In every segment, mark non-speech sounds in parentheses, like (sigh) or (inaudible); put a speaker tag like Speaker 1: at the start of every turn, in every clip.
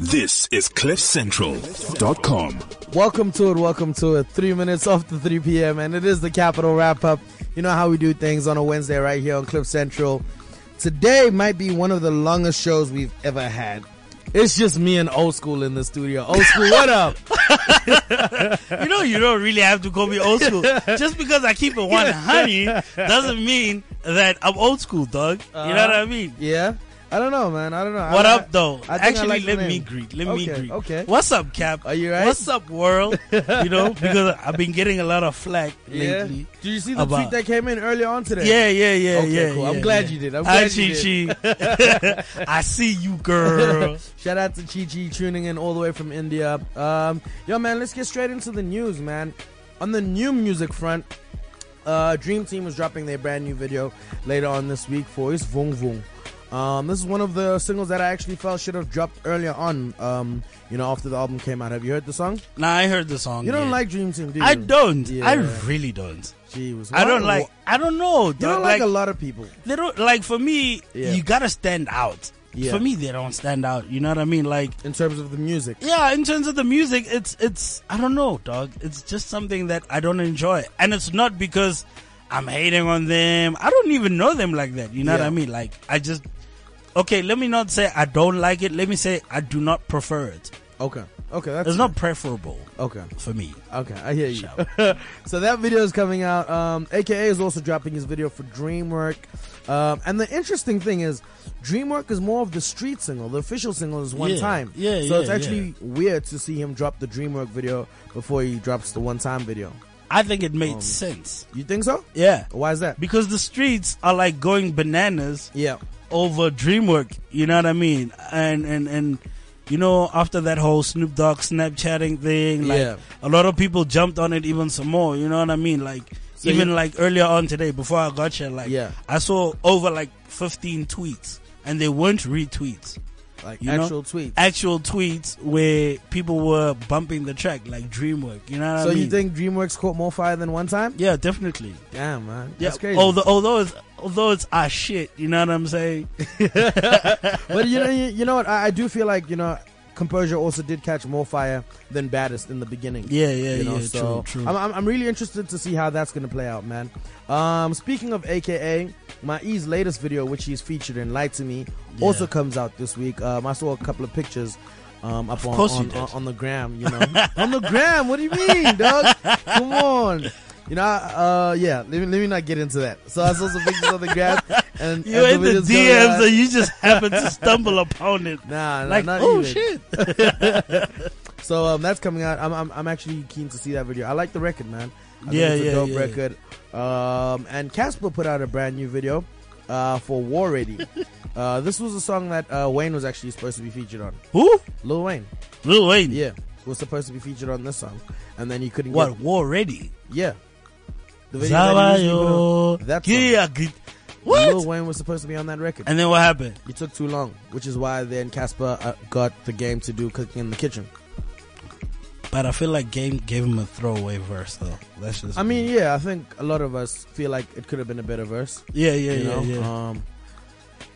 Speaker 1: This is CliffCentral.com.
Speaker 2: Welcome to it. Welcome to it. Three minutes after 3 p.m. and it is the capital wrap up. You know how we do things on a Wednesday right here on Cliff Central. Today might be one of the longest shows we've ever had. It's just me and old school in the studio. Old school, what
Speaker 3: (laughs)
Speaker 2: up?
Speaker 3: You know, you don't really have to call me old
Speaker 2: (laughs)
Speaker 3: school. Just because I keep it 100 doesn't mean that I'm old school, dog. You know what I mean?
Speaker 2: Yeah. I don't know, man. I don't know. I-
Speaker 3: What
Speaker 2: I-
Speaker 3: up, though?
Speaker 2: Uh-huh. I think I
Speaker 3: Actually,
Speaker 2: like the
Speaker 3: let
Speaker 2: name.
Speaker 3: me greet. Let me
Speaker 2: Okay,
Speaker 3: greet.
Speaker 2: okay.
Speaker 3: What's up, Cap?
Speaker 2: Are you right?
Speaker 3: What's up, world? You know,
Speaker 2: (laughs)
Speaker 3: because I've been getting a lot of flack
Speaker 2: Yeah.
Speaker 3: lately.
Speaker 2: Did you see the
Speaker 3: about-
Speaker 2: tweet that came in earlier on today?
Speaker 3: Yeah, yeah, yeah,
Speaker 2: Okay,
Speaker 3: yeah.
Speaker 2: cool. I'm
Speaker 3: yeah,
Speaker 2: glad
Speaker 3: yeah.
Speaker 2: you did. I'm
Speaker 3: Hi,
Speaker 2: glad you did. (laughs)
Speaker 3: Chi Chi. (laughs) I see you, girl.
Speaker 2: Shout out to Chi Chi tuning in all the way from India. Um, yo, man, let's get straight into the news, man. On the new music front, uh, Dream Team is dropping their brand new video later on this week for his Vung Vung. Um, this is one of the singles that I actually felt should have dropped earlier on, um, you know, after the album came out. Have you heard the song?
Speaker 3: Nah, I heard the song.
Speaker 2: You don't
Speaker 3: yeah.
Speaker 2: like Dream Team, do you?
Speaker 3: I don't. I
Speaker 2: Yeah.
Speaker 3: really don't.
Speaker 2: Gee, was-
Speaker 3: I don't like. I don't know.
Speaker 2: You don't
Speaker 3: dog.
Speaker 2: like, a lot of people.
Speaker 3: they don't like for me
Speaker 2: Yeah.
Speaker 3: you gotta stand out
Speaker 2: Yeah.
Speaker 3: for me they don't stand out you know what i mean like
Speaker 2: in terms of the music.
Speaker 3: yeah in terms of the music it's it's i don't know dog it's just something that i don't enjoy and it's not because i'm hating on them i don't even know them like that you know what
Speaker 2: Yeah.
Speaker 3: i mean like i just okay let me not say i don't like it let me say i do not prefer it
Speaker 2: Okay. Okay. That's
Speaker 3: it's not preferable
Speaker 2: okay.
Speaker 3: for me
Speaker 2: Okay, I hear you. (laughs) so that video is coming out. Um, AKA is also dropping his video for DreamWork. Um, and the interesting thing is, DreamWork is more of the street single. The official single is one
Speaker 3: Yeah,
Speaker 2: time.
Speaker 3: yeah,
Speaker 2: So it's
Speaker 3: yeah,
Speaker 2: actually weird to see him drop the DreamWork video before he drops the one time video.
Speaker 3: i think it
Speaker 2: Um.
Speaker 3: made sense
Speaker 2: You think so?
Speaker 3: yeah
Speaker 2: Why is that?
Speaker 3: because the streets are like going bananas
Speaker 2: Yeah.
Speaker 3: over DreamWork. You know what I mean? And and and you know after that whole Snoop Dogg Snapchatting thing, like
Speaker 2: Yeah.
Speaker 3: a lot of people jumped on it even some more. You know what I mean? Like
Speaker 2: So
Speaker 3: even
Speaker 2: you-
Speaker 3: like earlier on today, before I got here, like
Speaker 2: Yeah.
Speaker 3: I saw over like fifteen tweets, and they weren't retweets.
Speaker 2: Like
Speaker 3: You know?
Speaker 2: actual tweet.
Speaker 3: Actual tweets where people were bumping the track like DreamWork. You know what
Speaker 2: So
Speaker 3: I mean?
Speaker 2: you think DreamWorks caught more fire than one time?
Speaker 3: Yeah, definitely.
Speaker 2: Damn, man.
Speaker 3: Yeah.
Speaker 2: That's crazy.
Speaker 3: Although although it's although it's our shit. You know what I'm saying?
Speaker 2: but you know, you, you know what? I, I do feel like you know, composure also did catch more fire than baddest in the beginning.
Speaker 3: Yeah, yeah,
Speaker 2: you know,
Speaker 3: yeah.
Speaker 2: so
Speaker 3: true, true.
Speaker 2: I'm, I'm, I'm really interested to see how that's going to play out, man. Um, speaking of AKA, my E's latest video, which he's featured in "Lie to Me,"
Speaker 3: Yeah.
Speaker 2: also comes out this week. Um, I saw a couple of pictures. Um, up on,
Speaker 3: course you
Speaker 2: on,
Speaker 3: did.
Speaker 2: on, on the gram, you know, (laughs) on the gram. What do you mean, dog? Come on, you know. I- Uh, yeah, let me, let me not get into that. So I saw some pictures on the gram,
Speaker 3: (laughs)
Speaker 2: and
Speaker 3: You're in
Speaker 2: and
Speaker 3: the
Speaker 2: video's going out.
Speaker 3: DMs and you just happen
Speaker 2: (laughs)
Speaker 3: to stumble upon it.
Speaker 2: Nah, nah
Speaker 3: like,
Speaker 2: not
Speaker 3: oh
Speaker 2: even.
Speaker 3: shit.
Speaker 2: So um, that's coming out. I'm, I'm I'm actually keen to see that video. I like the record, man. I
Speaker 3: Yeah,
Speaker 2: think it's
Speaker 3: yeah,
Speaker 2: a dope
Speaker 3: yeah, yeah.
Speaker 2: record. Um, and Casper put out a brand new video, uh, for War
Speaker 3: (laughs)
Speaker 2: Ready. uh, this was a song that uh, Wayne was actually supposed to be featured on.
Speaker 3: Who?
Speaker 2: Lil Wayne,
Speaker 3: Lil Wayne.
Speaker 2: yeah, was supposed to be featured on this song, and then he couldn't.
Speaker 3: What?
Speaker 2: Get,
Speaker 3: War ready?
Speaker 2: yeah. The that he usually put on-
Speaker 3: Zawayo.
Speaker 2: That song.
Speaker 3: Yeah, good. What?
Speaker 2: Lil Wayne was supposed to be on that record.
Speaker 3: and then what happened?
Speaker 2: it took too long, which is why then Casper uh, got the game to do cooking in the kitchen.
Speaker 3: But I feel like Game gave him a throwaway verse though. That's just.
Speaker 2: I mean, yeah, I think a lot of us feel like it could have been a better verse.
Speaker 3: yeah,
Speaker 2: you
Speaker 3: yeah, yeah,
Speaker 2: know?
Speaker 3: yeah.
Speaker 2: Um,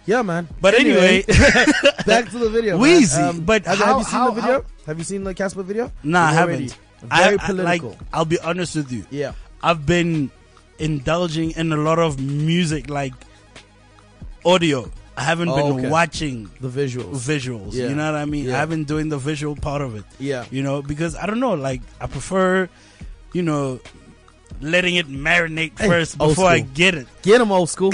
Speaker 2: yeah, man.
Speaker 3: but anyway,
Speaker 2: (laughs) back
Speaker 3: (laughs)
Speaker 2: to the video. man. Um,
Speaker 3: Wheezy, but
Speaker 2: have, have
Speaker 3: how-
Speaker 2: you seen
Speaker 3: how-
Speaker 2: the video? Have you seen the Casper video?
Speaker 3: nah, I
Speaker 2: It's
Speaker 3: haven't.
Speaker 2: already
Speaker 3: I,
Speaker 2: Very
Speaker 3: I-
Speaker 2: political.
Speaker 3: like, I'll be honest with you.
Speaker 2: yeah,
Speaker 3: I've been indulging in a lot of music, like audio. I haven't
Speaker 2: Oh,
Speaker 3: been
Speaker 2: okay.
Speaker 3: watching
Speaker 2: the visuals.
Speaker 3: visuals.
Speaker 2: Yeah.
Speaker 3: You know what I mean?
Speaker 2: Yeah.
Speaker 3: I haven't doing the visual part of it.
Speaker 2: yeah,
Speaker 3: You know, because I don't know, like I prefer, you know, letting it marinate
Speaker 2: Hey,
Speaker 3: first
Speaker 2: old
Speaker 3: before I
Speaker 2: school.
Speaker 3: get it.
Speaker 2: get them old
Speaker 3: (laughs)
Speaker 2: school.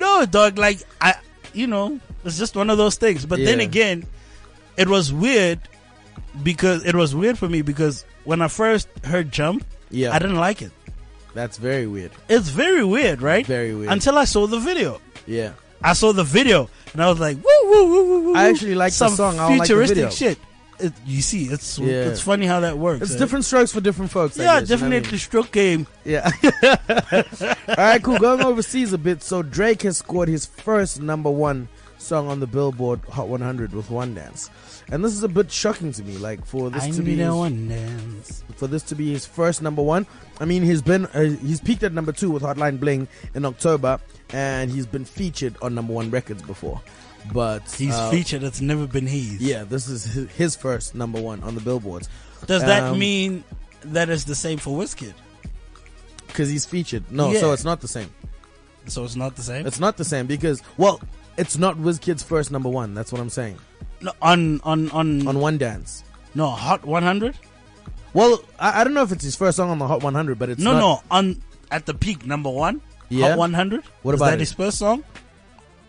Speaker 3: No, dog, like I you know, it's just one of those things. But then
Speaker 2: Yeah.
Speaker 3: again, it was weird because it was weird for me because when I first heard jump,
Speaker 2: yeah,
Speaker 3: I didn't like it.
Speaker 2: that's very weird.
Speaker 3: It's very weird, right?
Speaker 2: Very weird.
Speaker 3: Until I saw the video.
Speaker 2: yeah,
Speaker 3: I saw the video and I was like, woo, woo, woo, woo, woo.
Speaker 2: I
Speaker 3: woo.
Speaker 2: actually like the
Speaker 3: Some
Speaker 2: song, I don't like the
Speaker 3: futuristic
Speaker 2: video.
Speaker 3: shit. It, you see, it's
Speaker 2: Yeah.
Speaker 3: it's funny how that works.
Speaker 2: it's
Speaker 3: eh?
Speaker 2: different strokes for different folks. I
Speaker 3: Yeah,
Speaker 2: guess, you know what I mean?
Speaker 3: definitely stroke game.
Speaker 2: Yeah. (laughs) All right, cool. Going overseas a bit. So Drake has scored his first number one song on the Billboard Hot 100 with One Dance, and this is a bit shocking to me. Like for this
Speaker 3: I
Speaker 2: to be
Speaker 3: need
Speaker 2: his,
Speaker 3: a one dance.
Speaker 2: for this to be his first number one. I mean, he's been uh, he's peaked at number two with Hotline Bling in October, and he's been featured on number one records before. But
Speaker 3: He's
Speaker 2: uh,
Speaker 3: featured. It's never been his.
Speaker 2: Yeah, this is his- his first number one on the billboards.
Speaker 3: Does that
Speaker 2: Um,
Speaker 3: mean that it's the same for Wizkid?
Speaker 2: Because he's featured. No,
Speaker 3: Yeah.
Speaker 2: so it's not the same.
Speaker 3: So it's not the same.
Speaker 2: It's not the same because, well, it's not WizKid's first number one. That's what I'm saying.
Speaker 3: No, on, on on
Speaker 2: On One Dance.
Speaker 3: no Hot 100.
Speaker 2: Well, I, I don't know if it's his first song on the Hot 100, but it's
Speaker 3: No,
Speaker 2: not-
Speaker 3: no, on at the peak number one.
Speaker 2: Yeah?
Speaker 3: Hot 100.
Speaker 2: What
Speaker 3: Is
Speaker 2: about
Speaker 3: that
Speaker 2: it?
Speaker 3: his first song?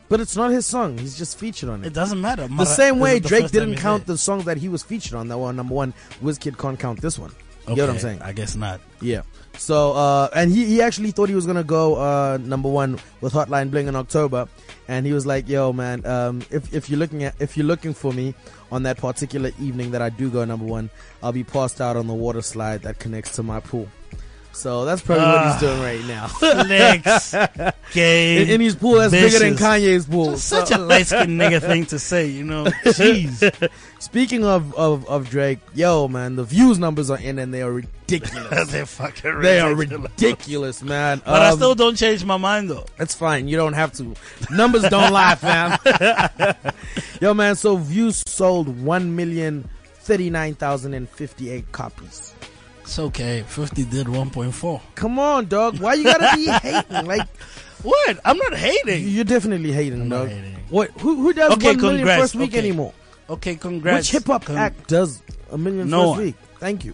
Speaker 2: But it's not his song. He's just featured on it.
Speaker 3: It doesn't matter.
Speaker 2: the same way Drake didn't count the song that he was featured on that were on number one. WizKid can't count this one. You know what I'm saying?
Speaker 3: I guess not.
Speaker 2: Yeah. So, uh, and he, he actually thought he was gonna go uh, number one with Hotline Bling in October, and he was like, "Yo, man, um, if if you're looking at if you're looking for me on that particular evening that I do go number one, I'll be passed out on the water slide that connects to my pool." So that's probably what
Speaker 3: Ah.
Speaker 2: he's doing right now.
Speaker 3: Flex, game,
Speaker 2: In, in his pool, that's bigger than
Speaker 3: vicious.
Speaker 2: Kanye's pool.
Speaker 3: That's such a light skinned nigga thing to say, you know.
Speaker 2: (laughs)
Speaker 3: Jeez.
Speaker 2: Speaking of, of of Drake, yo, man, the views numbers are in, and they are
Speaker 3: (laughs)
Speaker 2: ridiculous.
Speaker 3: They're fucking
Speaker 2: they are
Speaker 3: ridiculous.
Speaker 2: ridiculous, man.
Speaker 3: But I
Speaker 2: Um,
Speaker 3: still don't change my mind though.
Speaker 2: That's fine. You don't have to. Numbers don't lie,
Speaker 3: (laughs)
Speaker 2: fam. (laughs) Yo, man. So views sold one million thirty-nine thousand and fifty-eight copies.
Speaker 3: It's okay. 50 did 1.4.
Speaker 2: Come on, dog. Why you gotta
Speaker 3: (laughs)
Speaker 2: be hating? Like
Speaker 3: What? I'm not hating.
Speaker 2: you're definitely hating,
Speaker 3: I'm not
Speaker 2: dog.
Speaker 3: hating.
Speaker 2: What? Who who does
Speaker 3: Okay,
Speaker 2: one million
Speaker 3: congrats.
Speaker 2: first week
Speaker 3: Okay.
Speaker 2: anymore?
Speaker 3: Okay, congrats.
Speaker 2: Which hip hop
Speaker 3: Con-
Speaker 2: act does a million
Speaker 3: No
Speaker 2: first
Speaker 3: one.
Speaker 2: week? Thank you.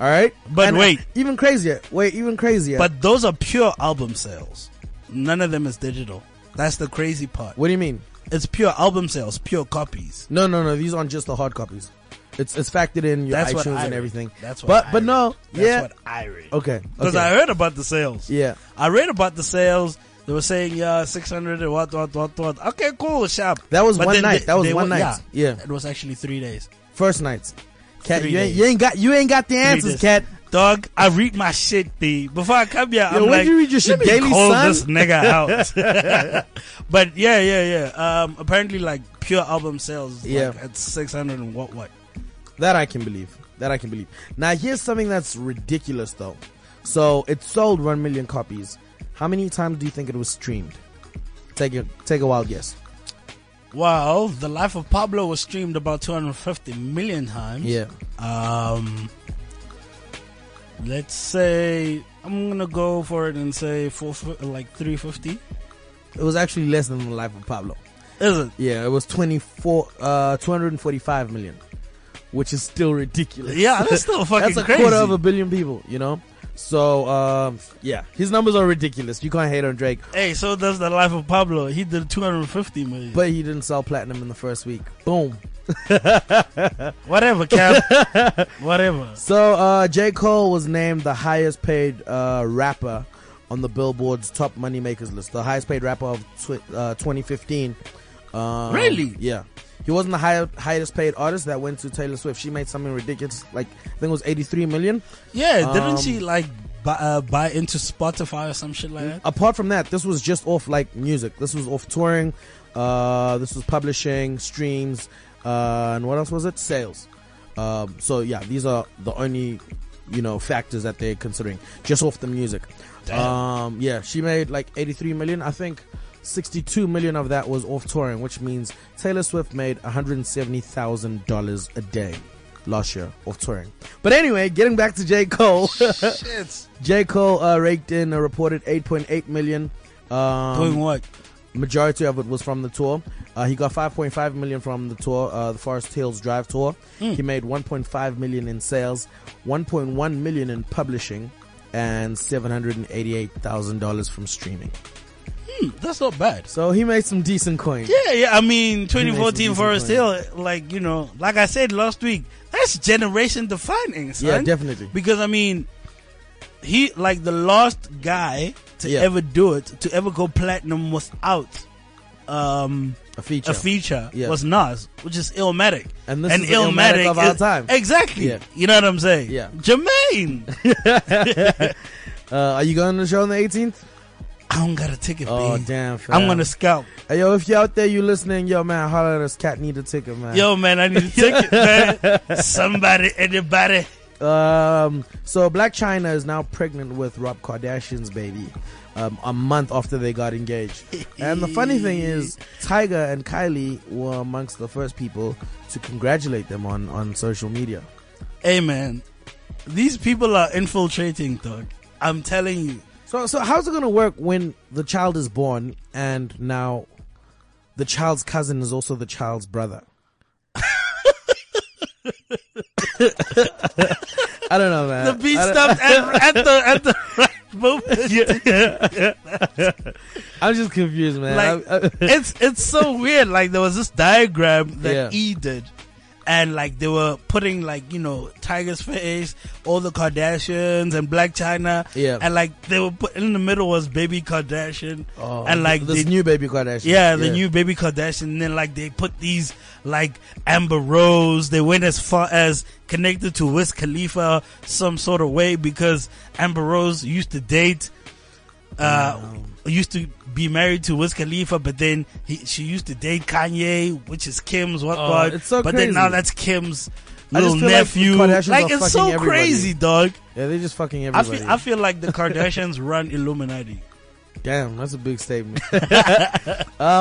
Speaker 2: All right,
Speaker 3: But wait.
Speaker 2: even crazier. Wait, even crazier.
Speaker 3: But those are pure album sales. None of them is digital. That's the crazy part.
Speaker 2: what do you mean?
Speaker 3: It's pure album sales, pure copies.
Speaker 2: No, no, no. These aren't just the hard copies. It's it's factored in your
Speaker 3: That's
Speaker 2: iTunes
Speaker 3: what I
Speaker 2: and
Speaker 3: read.
Speaker 2: everything.
Speaker 3: That's what
Speaker 2: But
Speaker 3: I
Speaker 2: but
Speaker 3: read.
Speaker 2: no,
Speaker 3: That's
Speaker 2: yeah.
Speaker 3: what I read.
Speaker 2: Okay.
Speaker 3: Because
Speaker 2: okay.
Speaker 3: I heard about the sales.
Speaker 2: Yeah.
Speaker 3: I read about the sales. They were saying, yeah, 600 and what, what, what, what. Okay, cool, sharp.
Speaker 2: That was one
Speaker 3: then
Speaker 2: night. That was one
Speaker 3: were-
Speaker 2: night. Yeah.
Speaker 3: It was actually three days.
Speaker 2: First nights. Cat,
Speaker 3: Three
Speaker 2: you ain't,
Speaker 3: days.
Speaker 2: you ain't got you ain't got the
Speaker 3: Three
Speaker 2: answers,
Speaker 3: days.
Speaker 2: cat.
Speaker 3: Dog, I read my shit, B. Before I come here, I'm
Speaker 2: where'd
Speaker 3: like,
Speaker 2: you read your shit,
Speaker 3: let me
Speaker 2: Daily
Speaker 3: call
Speaker 2: Sun?
Speaker 3: this
Speaker 2: (laughs)
Speaker 3: nigga out. (laughs) but yeah, yeah, yeah. Um, apparently, like, pure album sales, yeah.
Speaker 2: Yeah.
Speaker 3: like, at 600 and what, what.
Speaker 2: That I can believe. That I can believe. Now here's something that's ridiculous though. So it sold one million copies. How many times do you think it was streamed? Take a take a wild guess.
Speaker 3: Well, The Life of Pablo was streamed about 250 million times.
Speaker 2: Yeah.
Speaker 3: Um, let's say I'm gonna go for it and say four, fi- like three fifty.
Speaker 2: It was actually less than the life of Pablo.
Speaker 3: Is it?
Speaker 2: Yeah, it was twenty four uh two hundred and forty five million. Which is still ridiculous.
Speaker 3: Yeah, that's still
Speaker 2: (laughs)
Speaker 3: fucking
Speaker 2: That's a
Speaker 3: crazy.
Speaker 2: quarter of a billion people, you know? So um yeah. His numbers are ridiculous. You can't hate on Drake.
Speaker 3: hey, so does the life of Pablo. He did 250 million.
Speaker 2: But he didn't sell platinum in the first week. Boom.
Speaker 3: whatever, Cap.
Speaker 2: (laughs)
Speaker 3: whatever.
Speaker 2: So uh, J. Cole was named the highest paid uh, rapper on the Billboard's top moneymakers list, the highest paid rapper of tw- uh, 2015. Um,
Speaker 3: Really?
Speaker 2: Yeah. He wasn't the high- highest paid artist that went to Taylor Swift. She made something ridiculous, like I think it was 83 million.
Speaker 3: Yeah,
Speaker 2: Um,
Speaker 3: didn't she like buy, uh, buy into Spotify or some shit like that?
Speaker 2: Apart from that, this was just off like music. This was off touring. Uh, this was publishing, streams, uh, and what else was it? Sales. Um, so yeah, these are the only you know factors that they're considering just off the music.
Speaker 3: Damn.
Speaker 2: Um, yeah, she made like 83 million. I think 62 million of that was off touring, which means Taylor Swift made 170,000 dollars a day last year off touring. But anyway, getting back to J Cole. (laughs)
Speaker 3: Shit.
Speaker 2: J. Cole uh, raked in a reported 8.8 million.
Speaker 3: Doing
Speaker 2: Um,
Speaker 3: what?
Speaker 2: majority of it was from the tour. Uh, he got 5.5 million from the tour, uh, the Forest Hills Drive tour.
Speaker 3: Hmm.
Speaker 2: He made 1.5 million in sales, 1.1 million in publishing, and 788 thousand dollars from streaming.
Speaker 3: That's not bad.
Speaker 2: So he made some decent coin.
Speaker 3: Yeah, yeah. I mean, 2014
Speaker 2: decent
Speaker 3: Forest Hill,
Speaker 2: play.
Speaker 3: like you know, like I said last week, that's generation defining, son.
Speaker 2: Yeah, definitely.
Speaker 3: Because I mean, he like the last guy to
Speaker 2: Yeah.
Speaker 3: ever do it, to ever go platinum without um,
Speaker 2: A feature.
Speaker 3: a feature
Speaker 2: Yeah.
Speaker 3: was Nas, which is Illmatic.
Speaker 2: And this is the Illmatic of our time.
Speaker 3: Exactly.
Speaker 2: Yeah.
Speaker 3: You know what I'm saying?
Speaker 2: Yeah.
Speaker 3: Jermaine.
Speaker 2: uh, are you going to the show on the 18th?
Speaker 3: I don't got a ticket,
Speaker 2: Oh
Speaker 3: B.
Speaker 2: damn! Fam.
Speaker 3: I'm gonna scalp.
Speaker 2: Hey, yo, if you're out there, you listening, yo man, holler at us. Cat need a ticket, man. (laughs)
Speaker 3: Yo, man, I need a ticket, man. Somebody, anybody.
Speaker 2: Um, so Black China is now pregnant with Rob Kardashian's baby. Um, a month after they got
Speaker 3: (laughs)
Speaker 2: engaged, and the funny thing is, Tiger and Kylie were amongst the first people to congratulate them on on social media.
Speaker 3: Hey man, these people are infiltrating, dog. I'm telling you.
Speaker 2: So, so how's it going to work when the child is born and now the child's cousin is also the child's
Speaker 3: (laughs)
Speaker 2: brother? (laughs) I don't know, man.
Speaker 3: The beat stopped at, at the
Speaker 2: (laughs)
Speaker 3: at the right moment.
Speaker 2: I'm just confused, man.
Speaker 3: Like
Speaker 2: I- I-
Speaker 3: it's it's so weird. Like there was this diagram that
Speaker 2: Yeah.
Speaker 3: E did, and like they were putting like you know Tiger's face, all the Kardashians and Black China,
Speaker 2: Yeah.
Speaker 3: and like they were put in the middle was Baby Kardashian,
Speaker 2: Oh,
Speaker 3: and like
Speaker 2: this
Speaker 3: they-
Speaker 2: new baby Kardashian.
Speaker 3: Yeah, the new baby Kardashian. And then like they put these like Amber Rose. They went as far as connected to Wiz Khalifa some sort of way because Amber Rose used to date, uh, used to be married to Wiz Khalifa, but then he, she used to date Kanye, which is Kim's what
Speaker 2: Oh,
Speaker 3: what.
Speaker 2: it's so
Speaker 3: but then now
Speaker 2: crazy.
Speaker 3: that's Kim's
Speaker 2: I just
Speaker 3: little
Speaker 2: feel like the
Speaker 3: nephew.
Speaker 2: Kardashians
Speaker 3: Like
Speaker 2: are
Speaker 3: it's so
Speaker 2: fucking everybody.
Speaker 3: crazy, dog.
Speaker 2: Yeah, they're just fucking
Speaker 3: I
Speaker 2: everybody.
Speaker 3: feel I feel like the Kardashians (laughs) run Illuminati.
Speaker 2: Damn, that's a big
Speaker 3: (laughs)
Speaker 2: statement. uh,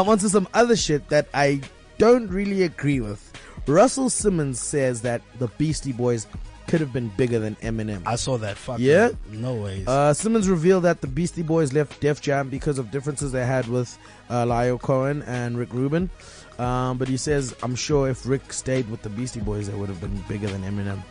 Speaker 2: on to some other shit that I don't really agree with. Russell Simmons says that the Beastie Boys could have been bigger than Eminem.
Speaker 3: I saw that. Fuck
Speaker 2: Yeah?
Speaker 3: no ways.
Speaker 2: Uh, Simmons revealed that the Beastie Boys left Def Jam because of differences they had with uh, Lyle Cohen and Rick Rubin. Um, but he says, I'm sure if Rick stayed with the Beastie Boys, they would have been bigger than Eminem.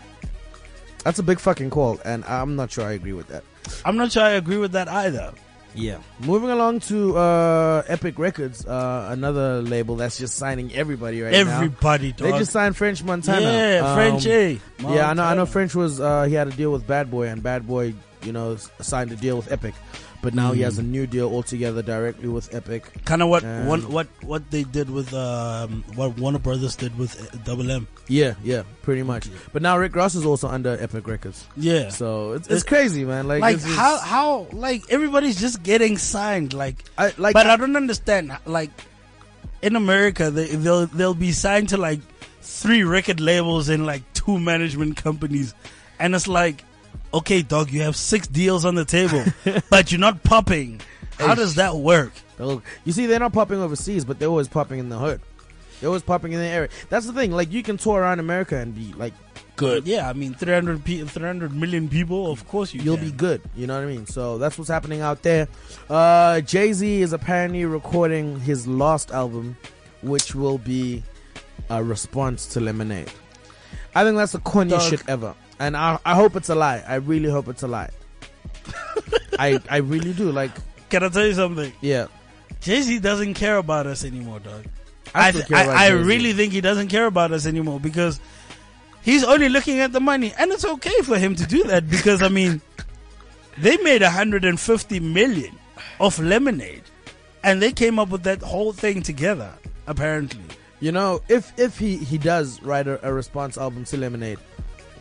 Speaker 2: That's a big fucking call, and I'm not sure I agree with that.
Speaker 3: I'm not sure I agree with that either.
Speaker 2: Yeah. Moving along to uh, Epic Records, uh, another label that's just signing everybody right now.
Speaker 3: Everybody, dog.
Speaker 2: They just signed French Montana.
Speaker 3: Yeah,
Speaker 2: Um,
Speaker 3: French eh? A.
Speaker 2: Yeah, I know. I know.
Speaker 3: Montana.
Speaker 2: French was uh, he had a deal with Bad Boy, and Bad Boy, you know, s- signed a deal with Epic, but now he has
Speaker 3: Mm.
Speaker 2: a new deal altogether directly with Epic.
Speaker 3: Kind of what
Speaker 2: Um,
Speaker 3: what what what they did with um what Warner Brothers did with uh, Double M.
Speaker 2: Yeah, yeah, pretty much. But now Rick Ross is also under Epic Records,
Speaker 3: Yeah.
Speaker 2: so it's, it's
Speaker 3: It-
Speaker 2: crazy, man. Like,
Speaker 3: like
Speaker 2: it's just-
Speaker 3: how how like everybody's just getting signed like
Speaker 2: I like.
Speaker 3: but I don't understand like in America they they'll they'll be signed to like three record labels and like two management companies and it's like okay dog you have six deals on
Speaker 2: (laughs)
Speaker 3: the table but you're not popping how does that work
Speaker 2: They'll- You see, they're not popping overseas, but they're always popping in the hood. They're always popping in the area. That's the thing. Like, you can tour around America and be like good.
Speaker 3: yeah I mean 300 pe- 300 million people of course you
Speaker 2: You'll
Speaker 3: can.
Speaker 2: be good. You know what I mean? So that's what's happening out there. Uh, Jay Z is apparently recording his last album, which will be a response to Lemonade. I think that's the corniest
Speaker 3: Dog.
Speaker 2: shit ever. And I, I hope it's a lie. I really hope it's a
Speaker 3: (laughs)
Speaker 2: lie. I, I really do. Like,
Speaker 3: Can I tell you something?
Speaker 2: yeah.
Speaker 3: Jay Z doesn't care about us anymore, dog.
Speaker 2: I
Speaker 3: I
Speaker 2: still
Speaker 3: th-
Speaker 2: care
Speaker 3: I,
Speaker 2: about
Speaker 3: I
Speaker 2: Jay-Z.
Speaker 3: really think he doesn't care about us anymore because he's only looking at the money, and it's okay for him to do that because I
Speaker 2: (laughs)
Speaker 3: mean, they made 150 million of lemonade, and they came up with that whole thing together. Apparently,
Speaker 2: You know, if if he he does write a, a response album to Lemonade,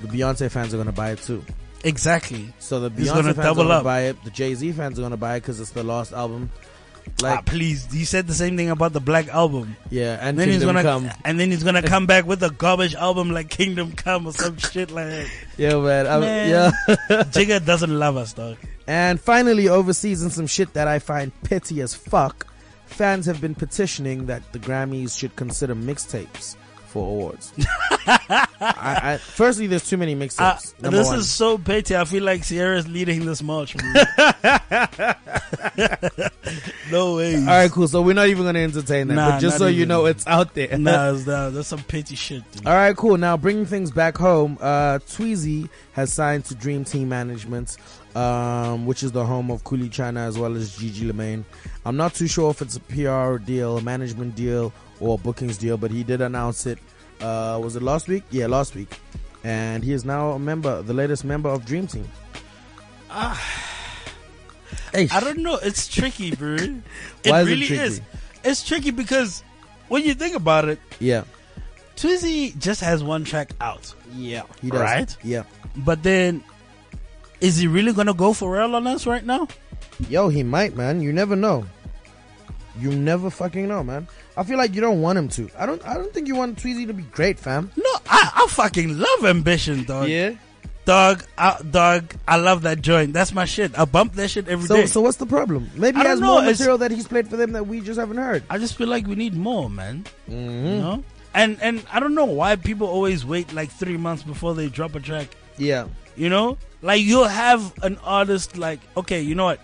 Speaker 2: the Beyonce fans are gonna buy it too.
Speaker 3: exactly.
Speaker 2: So the
Speaker 3: He's
Speaker 2: Beyonce
Speaker 3: gonna
Speaker 2: fans
Speaker 3: double
Speaker 2: are gonna
Speaker 3: up.
Speaker 2: buy it. The Jay Z fans are gonna buy it because it's the last album. Like,
Speaker 3: ah, please, you said the same thing about the Black Album.
Speaker 2: yeah, and
Speaker 3: And then he's
Speaker 2: Kingdom
Speaker 3: gonna
Speaker 2: Come.
Speaker 3: (laughs) and then he's gonna come back with a garbage album like Kingdom Come or some shit
Speaker 2: (laughs)
Speaker 3: like that.
Speaker 2: Yeah, man. I'm-
Speaker 3: Man.
Speaker 2: Yeah.
Speaker 3: Jigga doesn't love us, dog.
Speaker 2: And finally, overseas and some shit that I find petty as fuck. Fans have been petitioning that the Grammys should consider mixtapes for
Speaker 3: (laughs)
Speaker 2: awards. I, I, firstly, there's too many
Speaker 3: Uh,
Speaker 2: mixtapes. number
Speaker 3: this
Speaker 2: one.
Speaker 3: is so petty. I feel like Sierra's leading this march. man.
Speaker 2: (laughs)
Speaker 3: (laughs) no way.
Speaker 2: all right, cool. So we're not even gonna entertain that.
Speaker 3: Nah,
Speaker 2: but just
Speaker 3: not
Speaker 2: so you
Speaker 3: even.
Speaker 2: know, it's out there.
Speaker 3: Nah, it's- nah, that's some petty shit.
Speaker 2: (laughs)
Speaker 3: Dude.
Speaker 2: All right, cool. Now bringing things back home, uh, Tweezy has signed to Dream Team Management, um, which is the home of Coolie China as well as Gigi LeMaine. I'm not too sure if it's a PR deal, a management deal, or a bookings deal, but he did announce it. Uh, was it last week? Yeah, last week. And he is now a member, the latest member of Dream Team. Hey,
Speaker 3: I don't know. It's
Speaker 2: (laughs)
Speaker 3: tricky, bro. It
Speaker 2: Why is it
Speaker 3: really
Speaker 2: tricky?
Speaker 3: is. It's tricky because when you think about it,
Speaker 2: yeah,
Speaker 3: Twizzy just has one track out.
Speaker 2: yeah, he does.
Speaker 3: Right?
Speaker 2: Yeah,
Speaker 3: But then, is he really gonna go for real on us right now?
Speaker 2: Yo, he might, man. You never know. You never fucking know, man. I feel like you don't want him to. I don't. I don't think you want Tweezy to be great, fam.
Speaker 3: No, I, I fucking love ambition, dog. Dog, uh, dog, I love that joint. That's my shit. I bump that shit every
Speaker 2: So,
Speaker 3: day.
Speaker 2: so what's the problem? Maybe
Speaker 3: I
Speaker 2: he
Speaker 3: don't
Speaker 2: has
Speaker 3: know,
Speaker 2: more
Speaker 3: it's-
Speaker 2: material that he's played for them that we just haven't heard.
Speaker 3: I just feel like we need more, man. You know, and and I don't know why people always wait like three months before they drop a track.
Speaker 2: Yeah.
Speaker 3: You know, like you'll have an artist like, okay, you know what?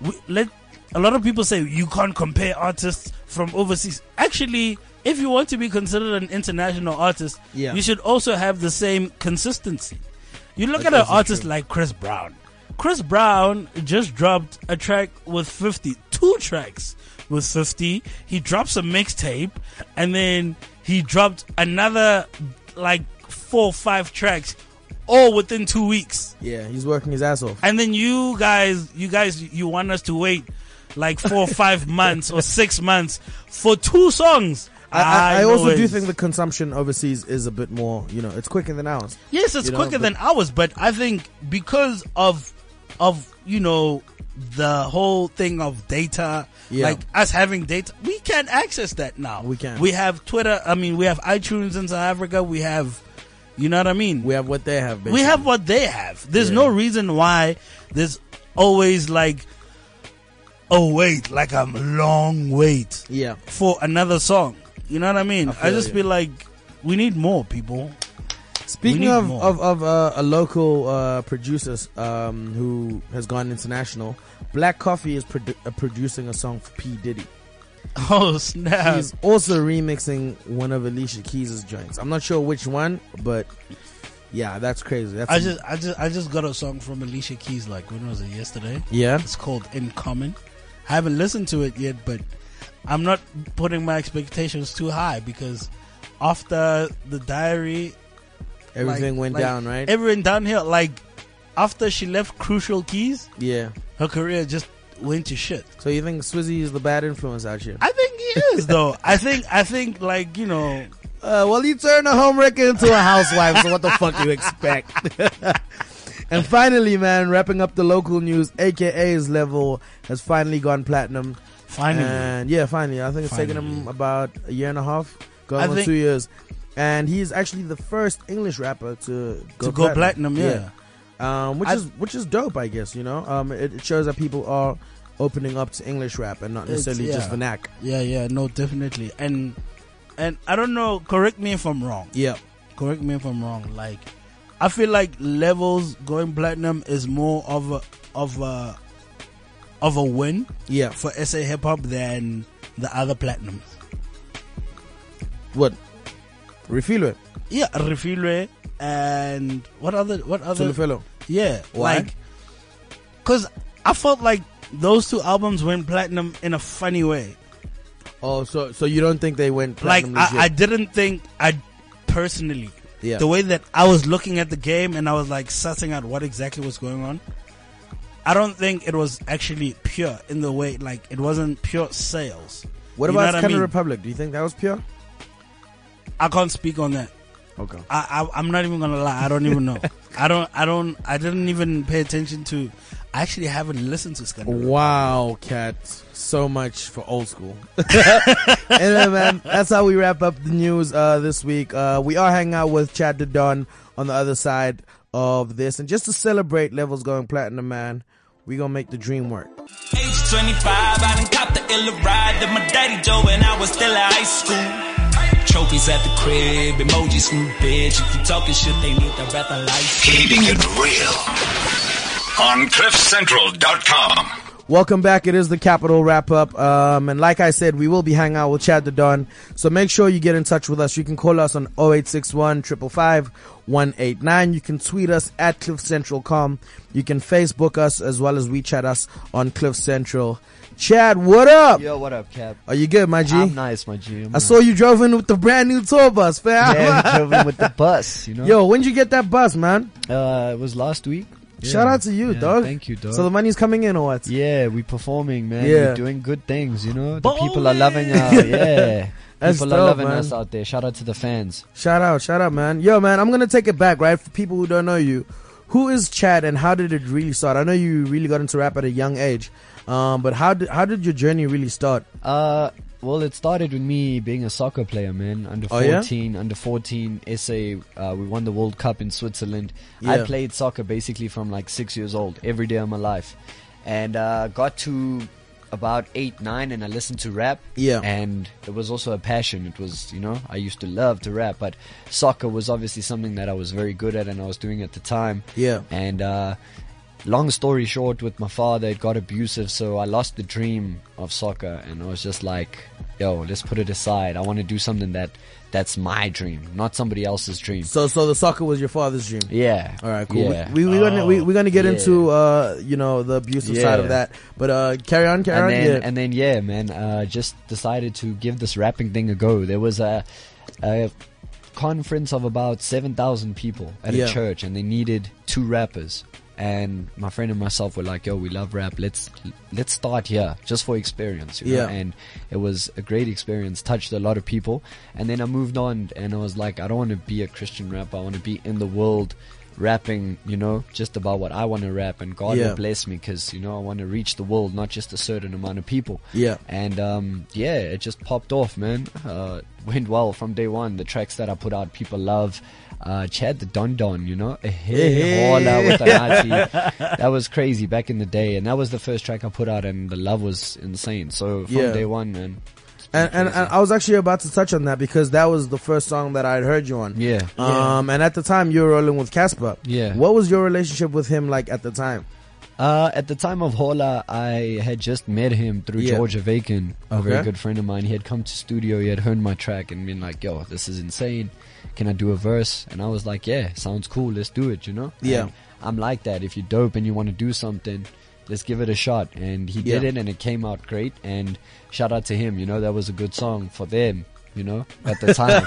Speaker 3: We, let a lot of people say you can't compare artists from overseas. Actually, if you want to be considered an international artist,
Speaker 2: Yeah.
Speaker 3: you should also have the same consistency. You look
Speaker 2: That
Speaker 3: at an
Speaker 2: is
Speaker 3: artist
Speaker 2: true.
Speaker 3: like Chris Brown. Chris Brown just dropped a track with 50, two tracks with 50. He drops a mixtape and then he dropped another like four or five tracks all within two weeks.
Speaker 2: Yeah, he's working his ass off.
Speaker 3: And then you guys, you guys, you want us to wait like four or
Speaker 2: (laughs)
Speaker 3: five months or six months for two songs.
Speaker 2: I, I, I
Speaker 3: no
Speaker 2: also do
Speaker 3: ways.
Speaker 2: think the consumption overseas is a bit more, you know, it's quicker than ours.
Speaker 3: Yes, it's
Speaker 2: You know,
Speaker 3: quicker
Speaker 2: but-
Speaker 3: than ours, but I think because of of you know the whole thing of data,
Speaker 2: Yeah.
Speaker 3: like us having data, we can access that now.
Speaker 2: We can.
Speaker 3: We have Twitter. I mean, we have iTunes in South Africa. We have, you know what I mean.
Speaker 2: We have what they have, basically.
Speaker 3: We have what they have. There's no reason why there's always like a wait, like a long wait
Speaker 2: Yeah.
Speaker 3: for another song. You know what I mean? I,
Speaker 2: feel
Speaker 3: just
Speaker 2: you.
Speaker 3: feel like we need more
Speaker 2: (laughs)
Speaker 3: people.
Speaker 2: Speaking
Speaker 3: need
Speaker 2: of,
Speaker 3: more.
Speaker 2: of, of uh, a local uh, producer um, who has gone international, Black Coffee is produ- uh, producing a song for P. Diddy.
Speaker 3: Oh snap!
Speaker 2: He's also remixing one of Alicia Keys' joints. I'm not sure which one, but yeah, that's crazy. That's
Speaker 3: I just, I just, I just got a song from Alicia Keys. Like when was it? Yesterday.
Speaker 2: yeah.
Speaker 3: It's called In Common. I haven't listened to it yet, but I'm not putting my expectations too high because after the diary,
Speaker 2: Everything
Speaker 3: like-
Speaker 2: went
Speaker 3: like,
Speaker 2: down, right?
Speaker 3: Everything downhill. Like after she left Crucial Keys,
Speaker 2: yeah.
Speaker 3: her career just went to shit.
Speaker 2: So you think Swizzy is the bad influence out here?
Speaker 3: I think he is (laughs) though. I think I think like you know
Speaker 2: Uh, well, you turn a homewrecker into a housewife, so what the fuck you expect? (laughs) and finally, man, wrapping up the local news, AKA's level has finally gone platinum.
Speaker 3: finally.
Speaker 2: And yeah, finally, I think it's taken him
Speaker 3: Finally.
Speaker 2: about a year and a half, going
Speaker 3: I
Speaker 2: on
Speaker 3: think-
Speaker 2: two years. And he's actually the first English rapper to go
Speaker 3: to go platinum, yeah.
Speaker 2: Um, which
Speaker 3: I-
Speaker 2: is which is dope, I guess. You know, um, it, it shows that people are opening up to English rap and not
Speaker 3: It's-
Speaker 2: necessarily just
Speaker 3: yeah.
Speaker 2: vernac.
Speaker 3: yeah, yeah, no, definitely. And and I don't know. Correct me if I'm wrong.
Speaker 2: Yeah,
Speaker 3: Correct me if I'm wrong. Like I feel like levels going platinum is more of a of a of a win
Speaker 2: yeah.
Speaker 3: for SA hip hop than the other platinums.
Speaker 2: What? Refill it,
Speaker 3: Yeah, Refilwe and what other what other
Speaker 2: Tulufello.
Speaker 3: Yeah,
Speaker 2: Why?
Speaker 3: like because I felt like those two albums went platinum in a funny way.
Speaker 2: Oh, so so you don't think they went
Speaker 3: Like
Speaker 2: platinum
Speaker 3: I, I
Speaker 2: this
Speaker 3: didn't think I personally
Speaker 2: year? yeah.
Speaker 3: the way that I was looking at the game and I was like sussing out what exactly was going on. I don't think it was actually pure in the way like it wasn't pure sales.
Speaker 2: what
Speaker 3: you know
Speaker 2: about
Speaker 3: what I
Speaker 2: Scanner
Speaker 3: mean?
Speaker 2: Republic? Do you think that was pure?
Speaker 3: I can't speak on that.
Speaker 2: Okay.
Speaker 3: I, I I'm not even gonna lie. I don't even know. I don't. I don't. I didn't even pay attention to. I actually haven't listened to Scandal.
Speaker 2: Wow, cat. So much for old school. (laughs) anyway, man, that's how we wrap up the news uh, this week. Uh, we are hanging out with Chad the Don on the other side of this. And just to celebrate Levels Going Platinum, man, we going to make the dream work.
Speaker 4: Age 25, I done copped the ill ride that my daddy Joe when I was still at high school. Trophies at the crib, emojis from the bitch. If you talking shit, they need to wrap the lights.
Speaker 1: Keeping it real on CliffCentral.com.
Speaker 2: Welcome back. It is the Capital Wrap Up. Um, and like I said, we will be hanging out with Chad the Don. So make sure you get in touch with us. You can call us on 0861 555 189. You can tweet us at Cliff Central Com. You can Facebook us as well as WeChat us on Cliff Central. Chad, what up?
Speaker 5: Yo, what up, Cap?
Speaker 2: Are you good, my G?
Speaker 5: I'm nice, my G. I'm
Speaker 2: I saw you drove in with the brand new tour bus, fam. (laughs)
Speaker 5: man drove in with the bus. You know,
Speaker 2: Yo, when'd you get that bus, man?
Speaker 5: uh, it was last week. Yeah.
Speaker 2: Shout out to you,
Speaker 5: Yeah,
Speaker 2: dog.
Speaker 5: Thank you, dog.
Speaker 2: So the money's coming in or what?
Speaker 5: yeah, we performing, man.
Speaker 2: Yeah.
Speaker 5: We're doing good things. You know, the
Speaker 3: Bowling!
Speaker 5: people are
Speaker 2: (laughs)
Speaker 5: loving us. Yeah,
Speaker 2: That's
Speaker 5: people
Speaker 2: dope,
Speaker 5: are loving
Speaker 2: man.
Speaker 5: us out there. Shout out to the fans.
Speaker 2: Shout out, shout out, man. Yo, man, I'm gonna take it back, right? For people who don't know you, who is Chad and how did it really start? I know you really got into rap at a young age, um, but how did how did your journey really start?
Speaker 5: Uh, Well, it started with me being a soccer player, man. Under
Speaker 2: Oh, yeah?
Speaker 5: 14, under 14, SA, uh, we won the World Cup in Switzerland.
Speaker 2: Yeah.
Speaker 5: I played soccer basically from like six years old, every day of my life. And uh, got to about eight, nine, and I listened to rap.
Speaker 2: Yeah.
Speaker 5: And it was also a passion. It was, you know, I used to love to rap, but soccer was obviously something that I was very good at and I was doing at the time.
Speaker 2: Yeah.
Speaker 5: And uh, long story short, with my father, it got abusive, so I lost the dream of soccer, and I was just like, "Yo, let's put it aside. I want to do something that that's my dream, not somebody else's dream."
Speaker 2: So, so the soccer was your father's dream.
Speaker 5: Yeah.
Speaker 2: All right, cool.
Speaker 5: Yeah. Oh,
Speaker 2: We, we, we're gonna we, we're gonna get
Speaker 5: Yeah.
Speaker 2: into uh you know the abusive side of
Speaker 5: Yeah.
Speaker 2: that, but uh carry on, carry on.
Speaker 5: and then,
Speaker 2: yeah.
Speaker 5: and then, yeah, man, uh, just decided to give this rapping thing a go. There was a, a conference of about seven thousand people at
Speaker 2: Yeah.
Speaker 5: a church, and they needed two rappers. And my friend and myself were like, "Yo, we love rap. Let's let's start here, just for experience." You know?
Speaker 2: Yeah.
Speaker 5: And it was a great experience. Touched a lot of people. And then I moved on, and I was like, "I don't want to be a Christian rapper. I want to be in the world." Rapping, you know, just about what I want to rap, and God
Speaker 2: Yeah.
Speaker 5: will bless me because you know I want to reach the world, not just a certain amount of people.
Speaker 2: Yeah.
Speaker 5: And um, yeah, it just popped off, man. Uh, went well from day one. The tracks that I put out, people love. Uh, Chad the Don Don, you know, Eh, hey,
Speaker 2: Hey.
Speaker 5: hola
Speaker 2: (laughs)
Speaker 5: with an auntie. that was crazy back in the day, and that was the first track I put out, and the love was insane. So from
Speaker 2: Yeah.
Speaker 5: day one, man. it's been
Speaker 2: and, and,
Speaker 5: crazy.
Speaker 2: and I was actually about to touch on that because that was the first song that I had heard you on.
Speaker 5: yeah,
Speaker 2: Um, and at the time you were rolling with Casper.
Speaker 5: Yeah.
Speaker 2: What was your relationship with him like at the time?
Speaker 5: Uh, at the time of Hola, I had just met him through
Speaker 2: Yeah.
Speaker 5: Georgia Vakin, a very
Speaker 2: Okay.
Speaker 5: good friend of mine. He had come to studio, he had heard my track and been like, "Yo, this is insane. Can I do a verse?" And I was like, "Yeah, sounds cool. Let's do it." You know?
Speaker 2: Yeah.
Speaker 5: And I'm like that. If you're dope and you want to do something, let's give it a shot. And he did
Speaker 2: Yeah.
Speaker 5: it, and it came out great. And shout out to him. You know, that was a good song for them. You know, at the
Speaker 2: (laughs)
Speaker 5: time.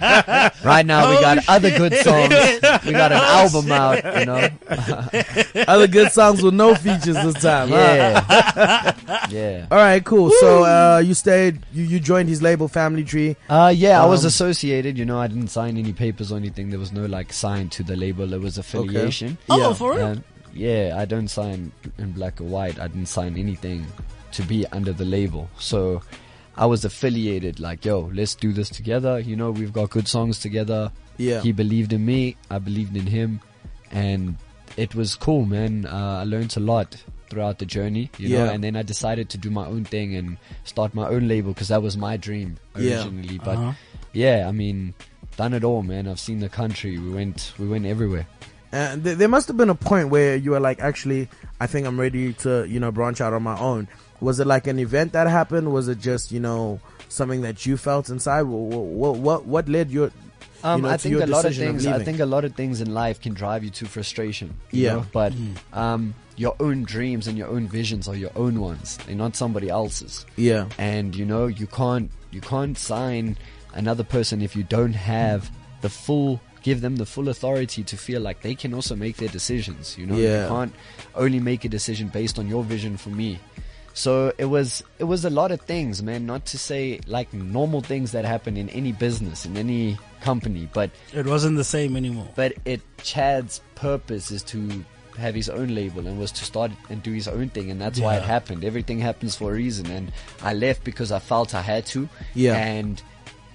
Speaker 5: right now, we
Speaker 3: Oh,
Speaker 5: got other good songs. We got an
Speaker 2: Oh,
Speaker 5: album out. You know.
Speaker 2: Other good songs with no features this time. huh?
Speaker 5: Yeah. (laughs) yeah.
Speaker 2: All right, cool. So uh, you stayed, you, you joined his label, Family Tree.
Speaker 5: Uh, yeah, I was
Speaker 2: Um,
Speaker 5: associated. You know, I didn't sign any papers or anything. There was no like sign to the label. It was affiliation.
Speaker 3: Oh,
Speaker 2: Yeah.
Speaker 3: for real?
Speaker 5: And, yeah, I don't sign in black or white. I didn't sign anything to be under the label. So I was affiliated. Like, yo, let's do this together. You know, we've got good songs together.
Speaker 2: Yeah.
Speaker 5: He believed in me. I believed in him, and it was cool, man. Uh, I learned a lot throughout the journey. You
Speaker 2: Yeah.
Speaker 5: know, and then I decided to do my own thing and start my own label because that was my dream
Speaker 2: Yeah.
Speaker 5: originally. But yeah, I mean, done it all, man. I've seen the country. We went, we went everywhere.
Speaker 2: And Uh, th- there must have been a point where you were like, actually, I think I'm ready to, you know, branch out on my own. Was it like an event that happened? Was it just, you know, something that you felt inside? What what what led your, you
Speaker 5: Um,
Speaker 2: know,
Speaker 5: I
Speaker 2: to
Speaker 5: think
Speaker 2: your
Speaker 5: a lot of
Speaker 2: decision
Speaker 5: things. I
Speaker 2: leaving?
Speaker 5: think a lot of things in life can drive you to frustration. you
Speaker 2: Yeah. Mm.
Speaker 5: know? but um, your own dreams and your own visions are your own ones. They're not somebody else's.
Speaker 2: Yeah.
Speaker 5: and you know you can't you can't sign another person if you don't have the full give them the full authority to feel like they can also make their decisions you know
Speaker 2: Yeah.
Speaker 5: you can't only make a decision based on your vision for me so it was it was a lot of things man not to say like normal things that happen in any business in any company but
Speaker 3: It wasn't the same anymore.
Speaker 5: but it Chad's purpose is to have his own label and was to start and do his own thing and that's why it
Speaker 3: Yeah.
Speaker 5: happened. Everything happens for a reason and I left because I felt I had to.
Speaker 2: Yeah.
Speaker 5: And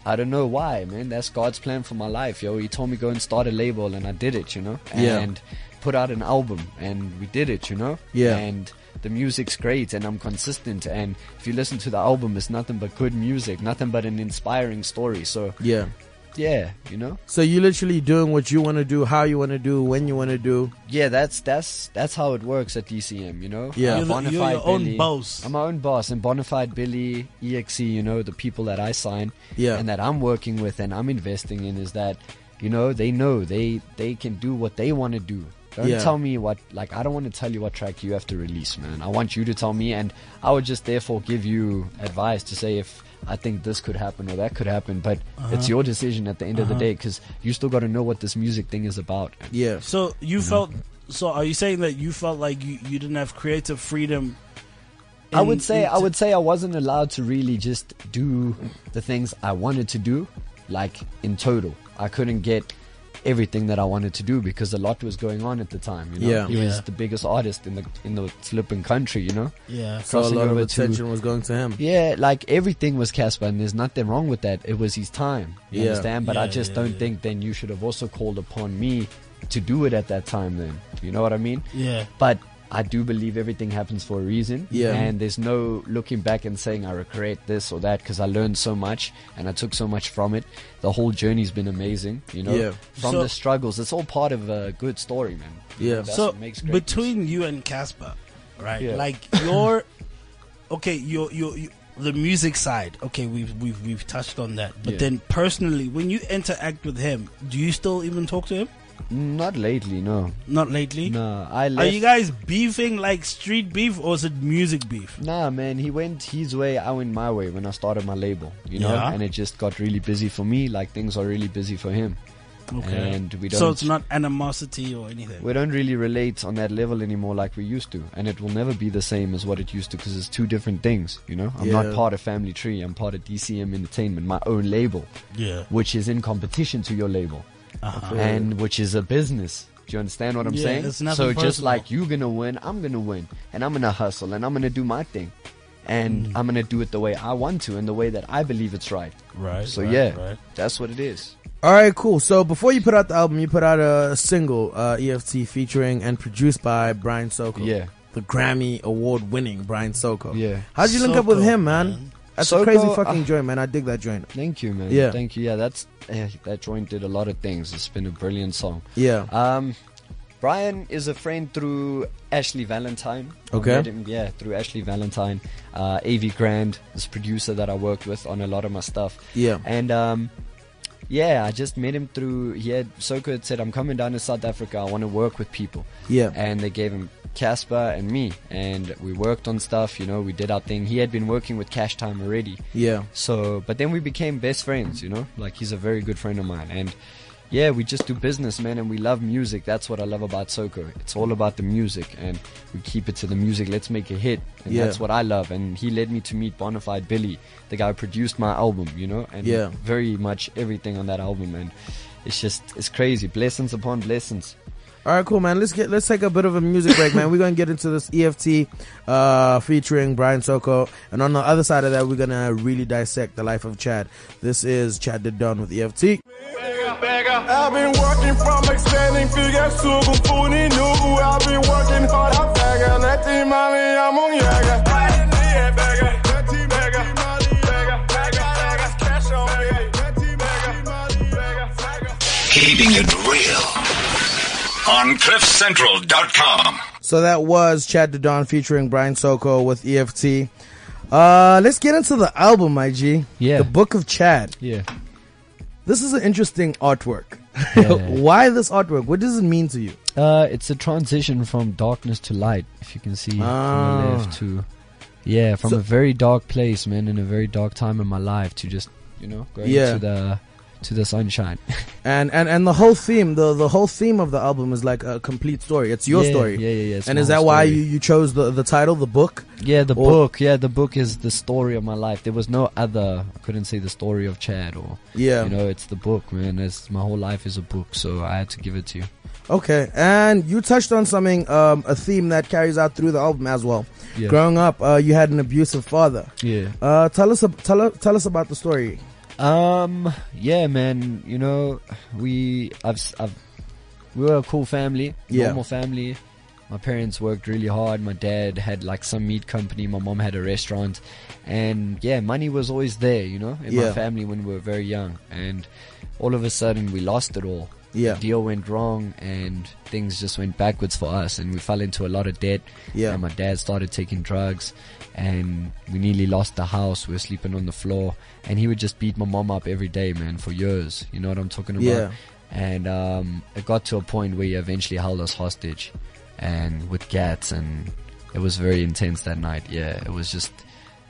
Speaker 5: I don't know why, man. That's God's plan for my life, yo. He told me go and start a label and I did it, you know?
Speaker 2: Yeah.
Speaker 5: And put out an album and we did it, you know?
Speaker 2: Yeah.
Speaker 5: And the music's great and I'm consistent and if you listen to the album it's nothing but good music, nothing but an inspiring story. So
Speaker 2: yeah.
Speaker 5: yeah, you know?
Speaker 2: So you literally doing what you want to do, how you want to do, when you want to do.
Speaker 5: Yeah, that's that's that's how it works at DCM, you know.
Speaker 2: Yeah.
Speaker 5: Uh,
Speaker 2: You're
Speaker 3: the-
Speaker 5: Bonafide
Speaker 3: you're your own
Speaker 5: Billy.
Speaker 3: boss.
Speaker 5: I'm my own boss, and Bonafide Billy EXE, you know, the people that I sign,
Speaker 2: Yeah.
Speaker 5: and that I'm working with and I'm investing in is that, you know, they know they they can do what they want to do. Don't
Speaker 2: Yeah.
Speaker 5: tell me what like I don't want to tell you what track you have to release, man. I want you to tell me, and I would just therefore give you advice to say if. I think this could happen or that could happen, but
Speaker 3: Uh-huh.
Speaker 5: it's your decision at the end of the day because you still got to know what this music thing is about.
Speaker 2: Yeah.
Speaker 3: So you
Speaker 5: Mm-hmm.
Speaker 3: felt. So are you saying that you felt like you, you didn't have creative freedom?
Speaker 5: I
Speaker 3: in-
Speaker 5: would say
Speaker 3: in-
Speaker 5: I would say I wasn't allowed to really just do the things I wanted to do, like in total. I couldn't get everything that I wanted to do because a lot was going on at the time. You know,
Speaker 2: Yeah.
Speaker 5: he was
Speaker 3: Yeah.
Speaker 5: the biggest artist in the in the flipping country. You know,
Speaker 3: Yeah.
Speaker 2: So a
Speaker 5: crossing
Speaker 2: lot of
Speaker 5: over to-
Speaker 2: attention was going to him.
Speaker 5: yeah, like everything was Casper, and there's nothing wrong with that. It was his time. You
Speaker 2: Yeah.
Speaker 5: understand? But I
Speaker 3: Yeah,
Speaker 5: just
Speaker 3: yeah,
Speaker 5: don't
Speaker 3: yeah.
Speaker 5: think then you should have also called upon me to do it at that time. Then you know what I mean?
Speaker 3: Yeah.
Speaker 5: But I do believe everything happens for a reason.
Speaker 2: Yeah.
Speaker 5: And there's no looking back and saying I regret this or that because I learned so much and I took so much from it. The whole journey's been amazing. You know,
Speaker 2: Yeah.
Speaker 5: from
Speaker 3: So-
Speaker 5: the struggles, it's all part of a good story, man.
Speaker 2: Yeah.
Speaker 5: That's
Speaker 3: so
Speaker 5: what makes great
Speaker 3: between you and Casper, right?
Speaker 5: Yeah.
Speaker 3: Like your (laughs) okay, your your your- the music side. Okay, we've we've we've touched on that. But
Speaker 5: Yeah.
Speaker 3: then personally, when you interact with him, do you still even talk to him?
Speaker 5: Not lately, no,
Speaker 3: Not lately.
Speaker 5: no. I
Speaker 3: Are
Speaker 5: left.
Speaker 3: you guys beefing like street beef or is it music beef?
Speaker 5: Nah, man, he went his way, I went my way when I started my label, you know,
Speaker 3: Yeah.
Speaker 5: and it just got really busy for me. Like things are really busy for him, and we don't.
Speaker 3: So it's not animosity or anything.
Speaker 5: we don't really relate on that level anymore like we used to, and it will never be the same as what it used to because it's two different things. You know, I'm
Speaker 2: Yeah.
Speaker 5: not part of Family Tree. I'm part of DCM Entertainment, my own label,
Speaker 3: Yeah.
Speaker 5: which is in competition to your label,
Speaker 3: Uh-huh.
Speaker 5: and which is a business. Do you understand what I'm
Speaker 3: Yeah,
Speaker 5: saying?
Speaker 3: it's
Speaker 5: so
Speaker 3: nothing
Speaker 5: just
Speaker 3: personal.
Speaker 5: like you're gonna win, I'm gonna win, and I'm gonna hustle, and I'm gonna do my thing, and
Speaker 3: Mm.
Speaker 5: I'm gonna do it the way I want to and the way that I believe it's right.
Speaker 3: Right.
Speaker 5: So
Speaker 3: right,
Speaker 5: yeah,
Speaker 3: Right.
Speaker 5: that's what it is.
Speaker 2: All right, cool. So before you put out the album, you put out a single, uh, EFT, featuring and produced by Brian Soko.
Speaker 5: Yeah.
Speaker 2: The Grammy award winning Brian Soko.
Speaker 5: Yeah.
Speaker 2: How'd you link up with
Speaker 3: Soko,
Speaker 2: him, man?
Speaker 3: man.
Speaker 2: That's a
Speaker 5: Soko,
Speaker 2: crazy
Speaker 5: uh,
Speaker 2: fucking joint, man. I dig that joint.
Speaker 5: Thank you, man.
Speaker 2: Yeah.
Speaker 5: Thank you. Yeah, that's eh, that joint did a lot of things. It's been a brilliant song.
Speaker 2: Yeah.
Speaker 5: Um, Brian is a friend through Ashley Valentine. I
Speaker 2: Okay.
Speaker 5: met him, yeah, through Ashley Valentine. Uh, AV Grand, this producer that I worked with on a lot of my stuff.
Speaker 2: Yeah.
Speaker 5: And um, yeah, I just met him through. He had Soko had said, "I'm coming down to South Africa. I want to work with people."
Speaker 2: Yeah.
Speaker 5: And they gave him Casper and me, and we worked on stuff. You know, we did our thing. He had been working with Cash Time already.
Speaker 2: Yeah.
Speaker 5: So, but then we became best friends, you know? Like, he's a very good friend of mine. And yeah, we just do business, man, and we love music. That's what I love about Soko. It's all about the music, and we keep it to the music. Let's make a hit. And
Speaker 2: Yeah.
Speaker 5: that's what I love. And he led me to meet Bonafide Billy, the guy who produced my album, you know? And
Speaker 2: Yeah.
Speaker 5: very much everything on that album. And it's just, it's crazy. Blessings upon blessings.
Speaker 2: All right, cool, man. Let's get let's take a bit of a music break, man. We're gonna get into this EFT uh, featuring Brian Soko, and on the other side of that, we're gonna really dissect the life of Chad. This is Chad the Don with E EFT.
Speaker 6: I've been working from extending figures to confunden nu I've been working hard, I bagger Let de mange, jeg må jakke
Speaker 1: Keeping it real on CliffCentral.com.
Speaker 2: So that was Chad the Don featuring Brian Soko with EFT. Uh, let's get into the album, my G.
Speaker 5: Yeah.
Speaker 2: the Book of Chad. (laughs)
Speaker 5: Yeah.
Speaker 2: This is an interesting artwork.
Speaker 5: Yeah.
Speaker 2: Why this artwork? What does it mean to you?
Speaker 5: Uh, it's a transition from darkness to light. If you can see from
Speaker 2: Ah.
Speaker 5: the left to, yeah, from
Speaker 2: So-
Speaker 5: a very dark place, man, in a very dark time in my life, to just you know going
Speaker 2: Yeah.
Speaker 5: to the to the sunshine.
Speaker 2: And and and the whole theme, the the whole theme of the album is like a complete story. It's your
Speaker 5: (laughs) Yeah,
Speaker 2: story.
Speaker 5: Yeah, yeah, yeah. it's
Speaker 2: and
Speaker 5: my
Speaker 2: is
Speaker 5: whole
Speaker 2: that why
Speaker 5: story.
Speaker 2: you, you chose the, the title, the book?
Speaker 5: Yeah, the
Speaker 2: or-
Speaker 5: book. Yeah, the book is the story of my life. There was no other. I couldn't say the story of Chad or
Speaker 2: Yeah.
Speaker 5: you know, it's the book, man. It's my whole life is a book, so I had to give it to you.
Speaker 2: Okay. And you touched on something, um, a theme that carries out through the album as well.
Speaker 5: Yeah.
Speaker 2: Growing up, uh, you had an abusive father.
Speaker 5: Yeah.
Speaker 2: Uh, tell us, ab- tell, u- tell us about the story.
Speaker 5: Um. Yeah, man. You know, we I've s- I've we were a cool family,
Speaker 2: Yeah.
Speaker 5: normal family. My parents worked really hard. My dad had like some meat company. My mom had a restaurant, and yeah, money was always there. You know, in
Speaker 2: Yeah.
Speaker 5: my family when we were very young, and all of a sudden we lost it all.
Speaker 2: Yeah.
Speaker 5: The deal went wrong, and things just went backwards for us, and we fell into a lot of debt.
Speaker 2: Yeah.
Speaker 5: And my dad started taking drugs and we nearly lost the house. We were sleeping on the floor and he would just beat my mom up every day, man, for years. You know what I'm talking about?
Speaker 2: Yeah.
Speaker 5: And um, it got to a point where he eventually held us hostage and with gats and it was very intense that night. Yeah, it was just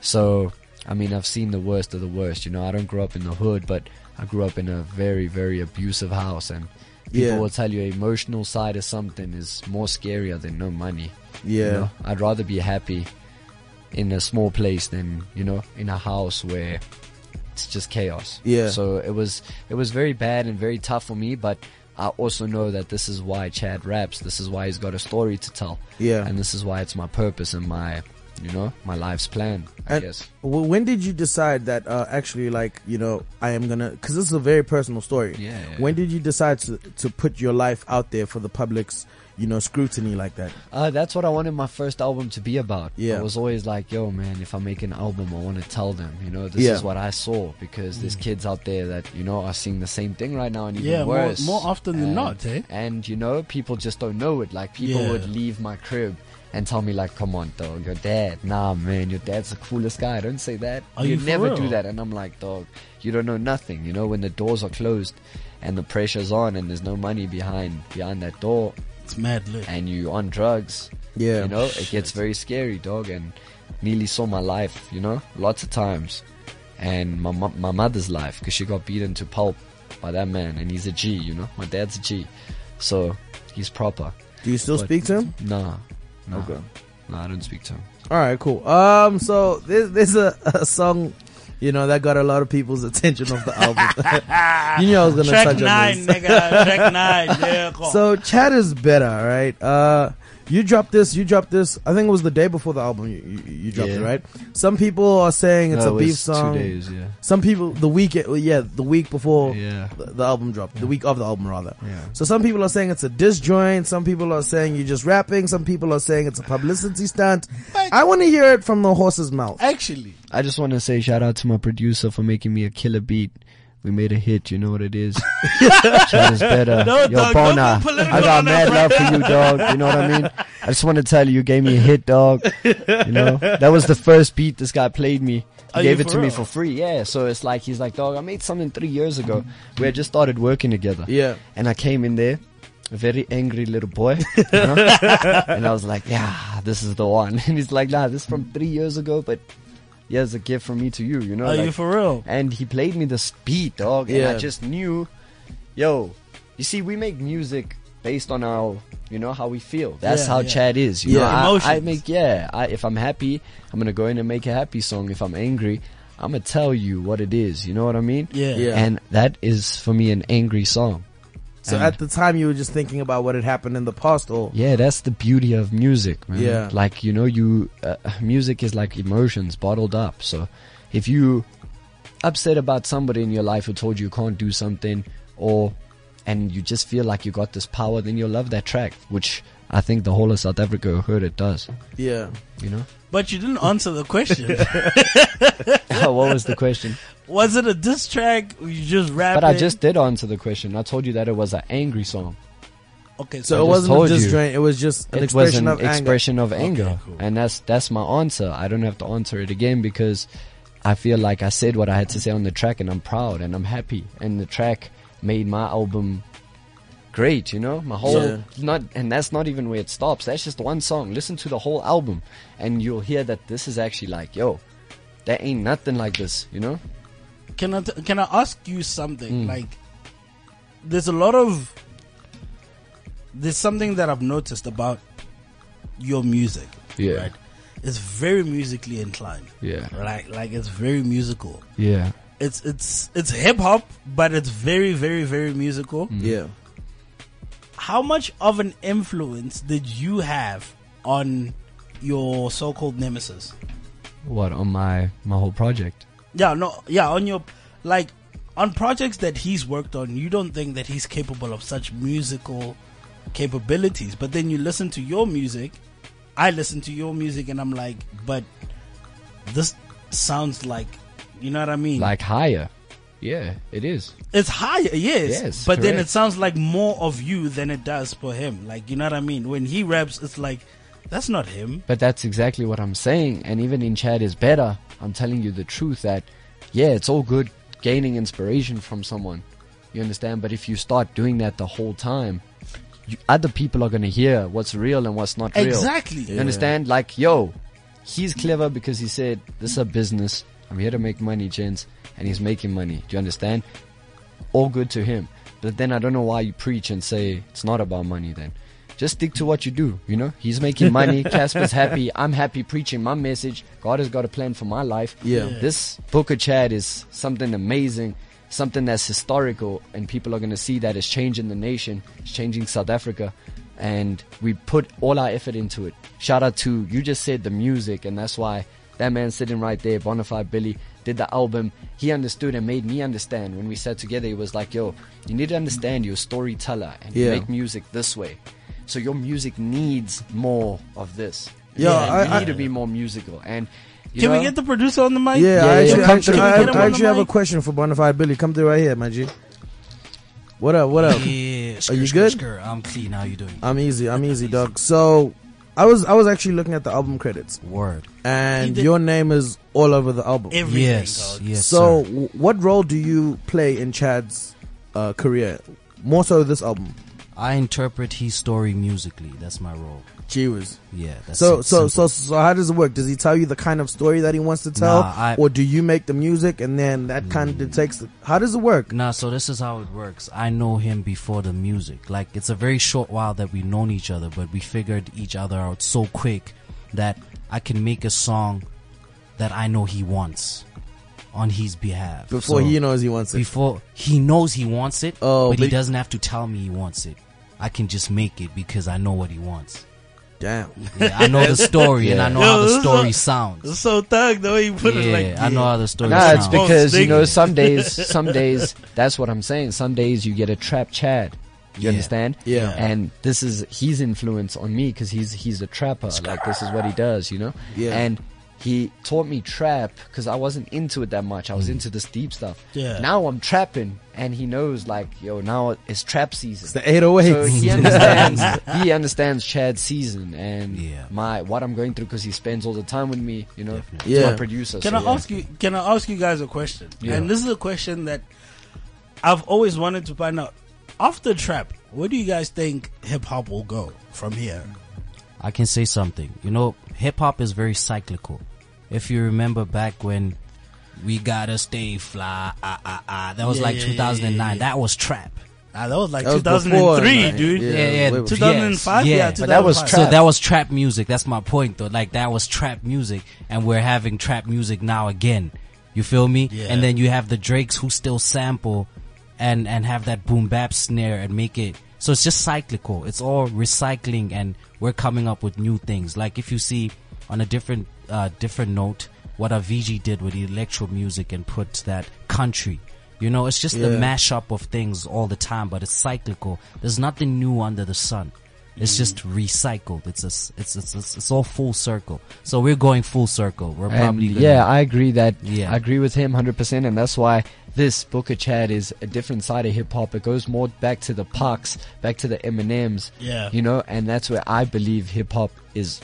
Speaker 5: so. I mean, I've seen the worst of the worst. You know, I don't grow up in the hood, but I grew up in a very, very abusive house, and people
Speaker 2: Yeah.
Speaker 5: will tell you emotional side of something is more scarier than no money.
Speaker 2: Yeah.
Speaker 5: You know, I'd rather be happy in a small place than, you know, in a house where it's just chaos.
Speaker 2: Yeah.
Speaker 5: So it was it was very bad and very tough for me, but I also know that this is why Chad raps. This is why he's got a story to tell.
Speaker 2: Yeah.
Speaker 5: And this is why it's my purpose and my, you know, my life's plan. I
Speaker 2: And
Speaker 5: guess.
Speaker 2: w- when did you decide that uh, actually, like, you know, I am gonna? Because this is a very personal story.
Speaker 5: Yeah, yeah,
Speaker 2: When did you decide to to put your life out there for the public's, you know, scrutiny like that?
Speaker 5: Uh, that's what I wanted my first album to be about.
Speaker 2: Yeah.
Speaker 5: I was always like, yo, man, if I make an album, I want to tell them, you know, this
Speaker 2: Yeah.
Speaker 5: is what I saw because there's kids out there that, you know, are seeing the same thing right now and even
Speaker 3: Mm. Yeah, more-
Speaker 5: worse.
Speaker 3: more often than
Speaker 5: And-
Speaker 3: not, eh?
Speaker 5: And, you know, people just don't know it. Like, people
Speaker 3: Yeah.
Speaker 5: would leave my crib and tell me, like, come on, dog, your dad, nah, man, your dad's the coolest guy. Don't say that.
Speaker 3: Are you
Speaker 5: You'd
Speaker 3: for
Speaker 5: never
Speaker 3: real?
Speaker 5: do that. And I'm like, dog, you don't know nothing. You know, when the doors are closed and the pressure's on and there's no money behind behind that door,
Speaker 3: It's mad lit.
Speaker 5: and you on drugs,
Speaker 2: Yeah.
Speaker 5: you know, it gets very scary, dog. And nearly saw my life, you know, lots of times, and my mo- my mother's life because she got beaten to pulp by that man, and he's a G, you know. My dad's a G, so he's proper.
Speaker 2: Do you still
Speaker 5: But-
Speaker 2: speak to him?
Speaker 5: Nah, nah, nah, I don't speak to him.
Speaker 2: All right, cool. Um, so there's there's a, a song, you know, that got a lot of people's (laughs) attention of the album. you knew I was gonna
Speaker 3: Track
Speaker 2: touch
Speaker 3: nine,
Speaker 2: on this.
Speaker 3: nigga. Track nine. Yeah, go.
Speaker 2: So Chad is better, right? Uh, you dropped this. You dropped this. I think it was the day before the album. You, you, you dropped
Speaker 5: Yeah.
Speaker 2: it, right? Some people are saying it's
Speaker 5: No,
Speaker 2: a
Speaker 5: it
Speaker 2: beef
Speaker 5: was
Speaker 2: song.
Speaker 5: Two days, yeah.
Speaker 2: Some people the week, well, yeah, the week before
Speaker 5: Yeah.
Speaker 2: the, the album dropped, the week of the album rather.
Speaker 5: Yeah.
Speaker 2: So some people are saying it's a disjoint. Some people are saying you're just rapping. Some people are saying it's a publicity stunt.
Speaker 3: But-
Speaker 2: I want to hear it from the horse's mouth.
Speaker 3: actually,
Speaker 5: I just want to say shout out to my producer for making me a killer beat. We made a hit, you know what
Speaker 3: (laughs)
Speaker 5: it is. Chat is better.
Speaker 3: No,
Speaker 5: Yo,
Speaker 3: dog, don't
Speaker 5: Bona,
Speaker 3: go political
Speaker 5: I
Speaker 3: on
Speaker 5: got
Speaker 3: us
Speaker 5: mad love for you, dog. You know what I mean? I just want to tell you, you gave me a hit, dog. You know that was the first beat this guy played me. He
Speaker 3: Are
Speaker 5: gave
Speaker 3: you
Speaker 5: it
Speaker 3: for
Speaker 5: to me
Speaker 3: real?
Speaker 5: for free. Yeah, so it's like he's like, dog. I made something three years ago. We had just started working together.
Speaker 2: Yeah.
Speaker 5: and I came in there. A very angry little boy,
Speaker 3: (laughs)
Speaker 5: you know? and I was like, "Yeah, this is the one." (laughs) And he's like, "Nah, this is from three years ago, but yeah, it's a gift from me to you, you know.
Speaker 3: are
Speaker 5: like-
Speaker 3: you for real?
Speaker 5: and he played me this beat, dog, and
Speaker 2: Yeah.
Speaker 5: I just knew, yo, you see, we make music based on our, you know, how we feel. That's
Speaker 3: Yeah,
Speaker 5: how
Speaker 3: yeah.
Speaker 5: Chad is, you
Speaker 2: Yeah.
Speaker 5: know. I, I
Speaker 3: Emotions.
Speaker 5: make, yeah, I, if I'm happy, I'm gonna go in and make a happy song. If I'm angry, I'm gonna tell you what it is. You know what I mean?
Speaker 3: Yeah.
Speaker 2: Yeah.
Speaker 5: And that is for me an angry song.
Speaker 2: So
Speaker 5: And-
Speaker 2: at the time you were just thinking about what had happened in the past, or
Speaker 5: Yeah, that's the beauty of music, man.
Speaker 2: Yeah.
Speaker 5: Like, you know, you, uh, (laughs) music is like emotions bottled up. So if you upset about somebody in your life who told you you can't do something or, and you just feel like you got this power, then you'll love that track, which I think the whole of South Africa heard it does,
Speaker 2: yeah.
Speaker 5: you know?
Speaker 3: But you didn't answer the question.
Speaker 5: Oh, what was the question?
Speaker 3: Was it a diss track? Or you just rapping?
Speaker 5: But I just did answer the question. I told you that it was an angry song.
Speaker 3: okay.
Speaker 2: So
Speaker 5: I
Speaker 2: it
Speaker 5: just
Speaker 2: wasn't
Speaker 5: told
Speaker 2: just
Speaker 5: you.
Speaker 2: drain. It was just an
Speaker 5: it was
Speaker 2: expression
Speaker 5: an
Speaker 2: of anger.
Speaker 5: expression of anger,
Speaker 3: cool.
Speaker 5: and that's that's my answer. I don't have to answer it again because I feel like I said what I had to say on the track, and I'm proud and I'm happy, and the track made my album great. You know, my whole
Speaker 2: Yeah.
Speaker 5: not, and that's not even where it stops. That's just one song. Listen to the whole album, and you'll hear that this is actually like, yo, that ain't nothing like this. You know,
Speaker 3: can I t- can I ask you
Speaker 5: Hmm.
Speaker 3: something? Like, there's a lot of there's something that I've noticed about your music.
Speaker 5: Yeah.
Speaker 3: right? it's very musically inclined.
Speaker 5: Yeah.
Speaker 3: like like it's very musical.
Speaker 5: yeah.
Speaker 3: It's it's it's hip hop, but it's very very very musical.
Speaker 2: Yeah.
Speaker 3: How much of an influence did you have on your so-called nemesis?
Speaker 5: What on my my whole project?
Speaker 3: Yeah, no, yeah, on your like on projects that he's worked on, you don't think that he's capable of such musical capabilities, but then you listen to your music. I listen to your music and I'm like, but this sounds like, you know what I
Speaker 2: Mm.
Speaker 3: mean?
Speaker 5: Like higher? Yeah, it is.
Speaker 3: it's higher, yes,
Speaker 5: Yes,
Speaker 3: but then
Speaker 5: correct.
Speaker 3: it sounds like more of you than it does for him. Like, you know what I mean? When he raps, it's like that's not him.
Speaker 5: But that's exactly what I'm saying. And even in Chad is better, I'm telling you the truth that, yeah, it's all good gaining inspiration from someone. You understand? But if you start doing that the whole time, you, other people are going to hear what's real and what's not real.
Speaker 3: Exactly.
Speaker 5: You understand? Like, yo, he's clever because he said, this is a business. I'm here to make money, gents. And he's making money. Do you understand? all good to him. But then I don't know why you preach and say it's not about money then. Just stick to what you do, you know? He's making money, Casper's happy, I'm happy preaching my message. God has got a plan for my life.
Speaker 2: Yeah. Yeah.
Speaker 5: This book of Chad is something amazing something that's historical and people are going to see that it's changing the nation, it's changing South Africa. And we put all our effort into it. Shout out to, you just said the music, and that's why that man sitting right there, Bonafide Billy, did the album. He understood and made me understand. When we sat together, he was like, yo, you need to understand you're a storyteller and you
Speaker 2: Yeah.
Speaker 5: make music this way. So your music needs more of this.
Speaker 2: Yeah,
Speaker 5: And you
Speaker 2: I- I-
Speaker 5: need to be more musical. And you
Speaker 3: Can
Speaker 5: know,
Speaker 3: we get the producer on the mic?
Speaker 2: Yeah,
Speaker 5: yeah,
Speaker 2: I actually,
Speaker 5: come
Speaker 2: actually-
Speaker 5: through.
Speaker 2: I, I
Speaker 5: Get him on the
Speaker 2: actually have a
Speaker 3: mic.
Speaker 2: question for Bonafide Billy. Come through right here, my G. What up? What up?
Speaker 7: Yeah,
Speaker 2: Are you
Speaker 7: skr,
Speaker 2: good?
Speaker 7: skr, skr. I'm clean. How you doing?
Speaker 2: I'm easy. I'm easy, dog. So, I was I was actually looking at the album credits,
Speaker 7: Word.
Speaker 2: and your name is all over the album.
Speaker 3: Everything.
Speaker 7: Yes,
Speaker 3: dog.
Speaker 7: yes.
Speaker 2: so,
Speaker 7: sir.
Speaker 2: w- what role do you play in Chad's uh, career? More so this album.
Speaker 7: I interpret his story musically. That's my role.
Speaker 2: Gee whiz.
Speaker 7: Yeah. That's
Speaker 2: So
Speaker 7: it,
Speaker 2: so so
Speaker 7: simple.
Speaker 2: so how does it work? Does he tell you the kind of story that he wants to tell,
Speaker 7: Nah, I- Mm.
Speaker 2: or do you make the music and then that kind of takes? The, how does it work?
Speaker 7: Nah, so this is how it works. I know him before the music. Like, it's a very short while that we've known each other, but we figured each other out so quick that I can make a song that I know he wants on his behalf.
Speaker 2: Before
Speaker 7: So-
Speaker 2: he knows he wants it.
Speaker 7: Before he knows he wants it,
Speaker 2: Oh,
Speaker 7: but,
Speaker 2: but-
Speaker 7: he doesn't have to tell me he wants it. I can just make it because I know what he wants. (laughs)
Speaker 2: Damn.
Speaker 7: Yeah, I
Speaker 2: (laughs)
Speaker 7: know the story and I know
Speaker 3: Yeah.
Speaker 7: how
Speaker 3: Yo,
Speaker 7: the
Speaker 3: this
Speaker 7: story
Speaker 3: is a-
Speaker 7: sounds.
Speaker 3: It's so thug the way you put
Speaker 7: Yeah,
Speaker 3: it. Like
Speaker 7: I know how the story
Speaker 5: Nah, it's
Speaker 7: sounds.
Speaker 3: big-
Speaker 5: because you know
Speaker 3: Stingy.
Speaker 5: some days, some days. That's what I'm saying. Some days you get a trap Chad. You
Speaker 7: Yeah.
Speaker 5: understand?
Speaker 2: Yeah.
Speaker 5: And this is his influence on me because he's he's a trapper. Like this is what he does, you know.
Speaker 2: Yeah.
Speaker 5: And he taught me trap because I wasn't into it that much. I was into this deep stuff.
Speaker 3: Yeah.
Speaker 5: Now I'm trapping, and he knows like yo now it's trap season.
Speaker 2: The 808s.
Speaker 7: (laughs)
Speaker 5: So he understands. he understands Chad's season and
Speaker 7: Yeah.
Speaker 5: my what I'm going through because he spends all the time with me. You know, He's
Speaker 2: Yeah.
Speaker 5: my producer.
Speaker 3: Can
Speaker 5: so
Speaker 3: I
Speaker 5: yeah.
Speaker 3: ask you? Can I ask you guys a question?
Speaker 5: Yeah.
Speaker 3: And this is a question that I've always wanted to find out. After trap, where do you guys think hip hop will go from here?
Speaker 7: I can say something. You know, hip hop is very cyclical. If you remember back when we gotta stay fly, ah ah ah, that was
Speaker 3: Yeah,
Speaker 7: like
Speaker 3: yeah, yeah,
Speaker 7: 2009. That was trap.
Speaker 3: Ah, that was like
Speaker 2: That was before,
Speaker 3: 2003,
Speaker 2: like,
Speaker 3: dude.
Speaker 2: yeah,
Speaker 7: Yeah,
Speaker 2: way
Speaker 7: yeah, two-
Speaker 2: before.
Speaker 3: 2005,
Speaker 7: Yes,
Speaker 3: yeah,
Speaker 7: yeah.
Speaker 5: But that was
Speaker 3: 2005.
Speaker 5: trap.
Speaker 7: So that was trap music. That's my point though. Like that was trap music and we're having trap music now again. You feel me?
Speaker 3: Yeah.
Speaker 7: And then you have the Drakes who still sample and, and have that boom bap snare and make it. So it's just cyclical. It's all recycling and we're coming up with new things. Like if you see on a different, uh, different note, what Avicii did with the electro music and put that country. You know, it's just the
Speaker 2: Yeah.
Speaker 7: mashup of things all the time, but it's cyclical. There's nothing new under the sun. It's just
Speaker 5: Mm.
Speaker 7: recycled. It's a, s- it's, it's it's it's all full circle. So we're going full circle. We're
Speaker 5: And
Speaker 7: probably gonna-
Speaker 5: yeah, I agree that
Speaker 7: Yeah.
Speaker 5: I agree with him 100%, and that's why this Booker Chad is a different side of hip hop. It goes more back to the Pucks, back to the Eminems,
Speaker 3: Yeah.
Speaker 5: you know, and that's where I believe hip hop is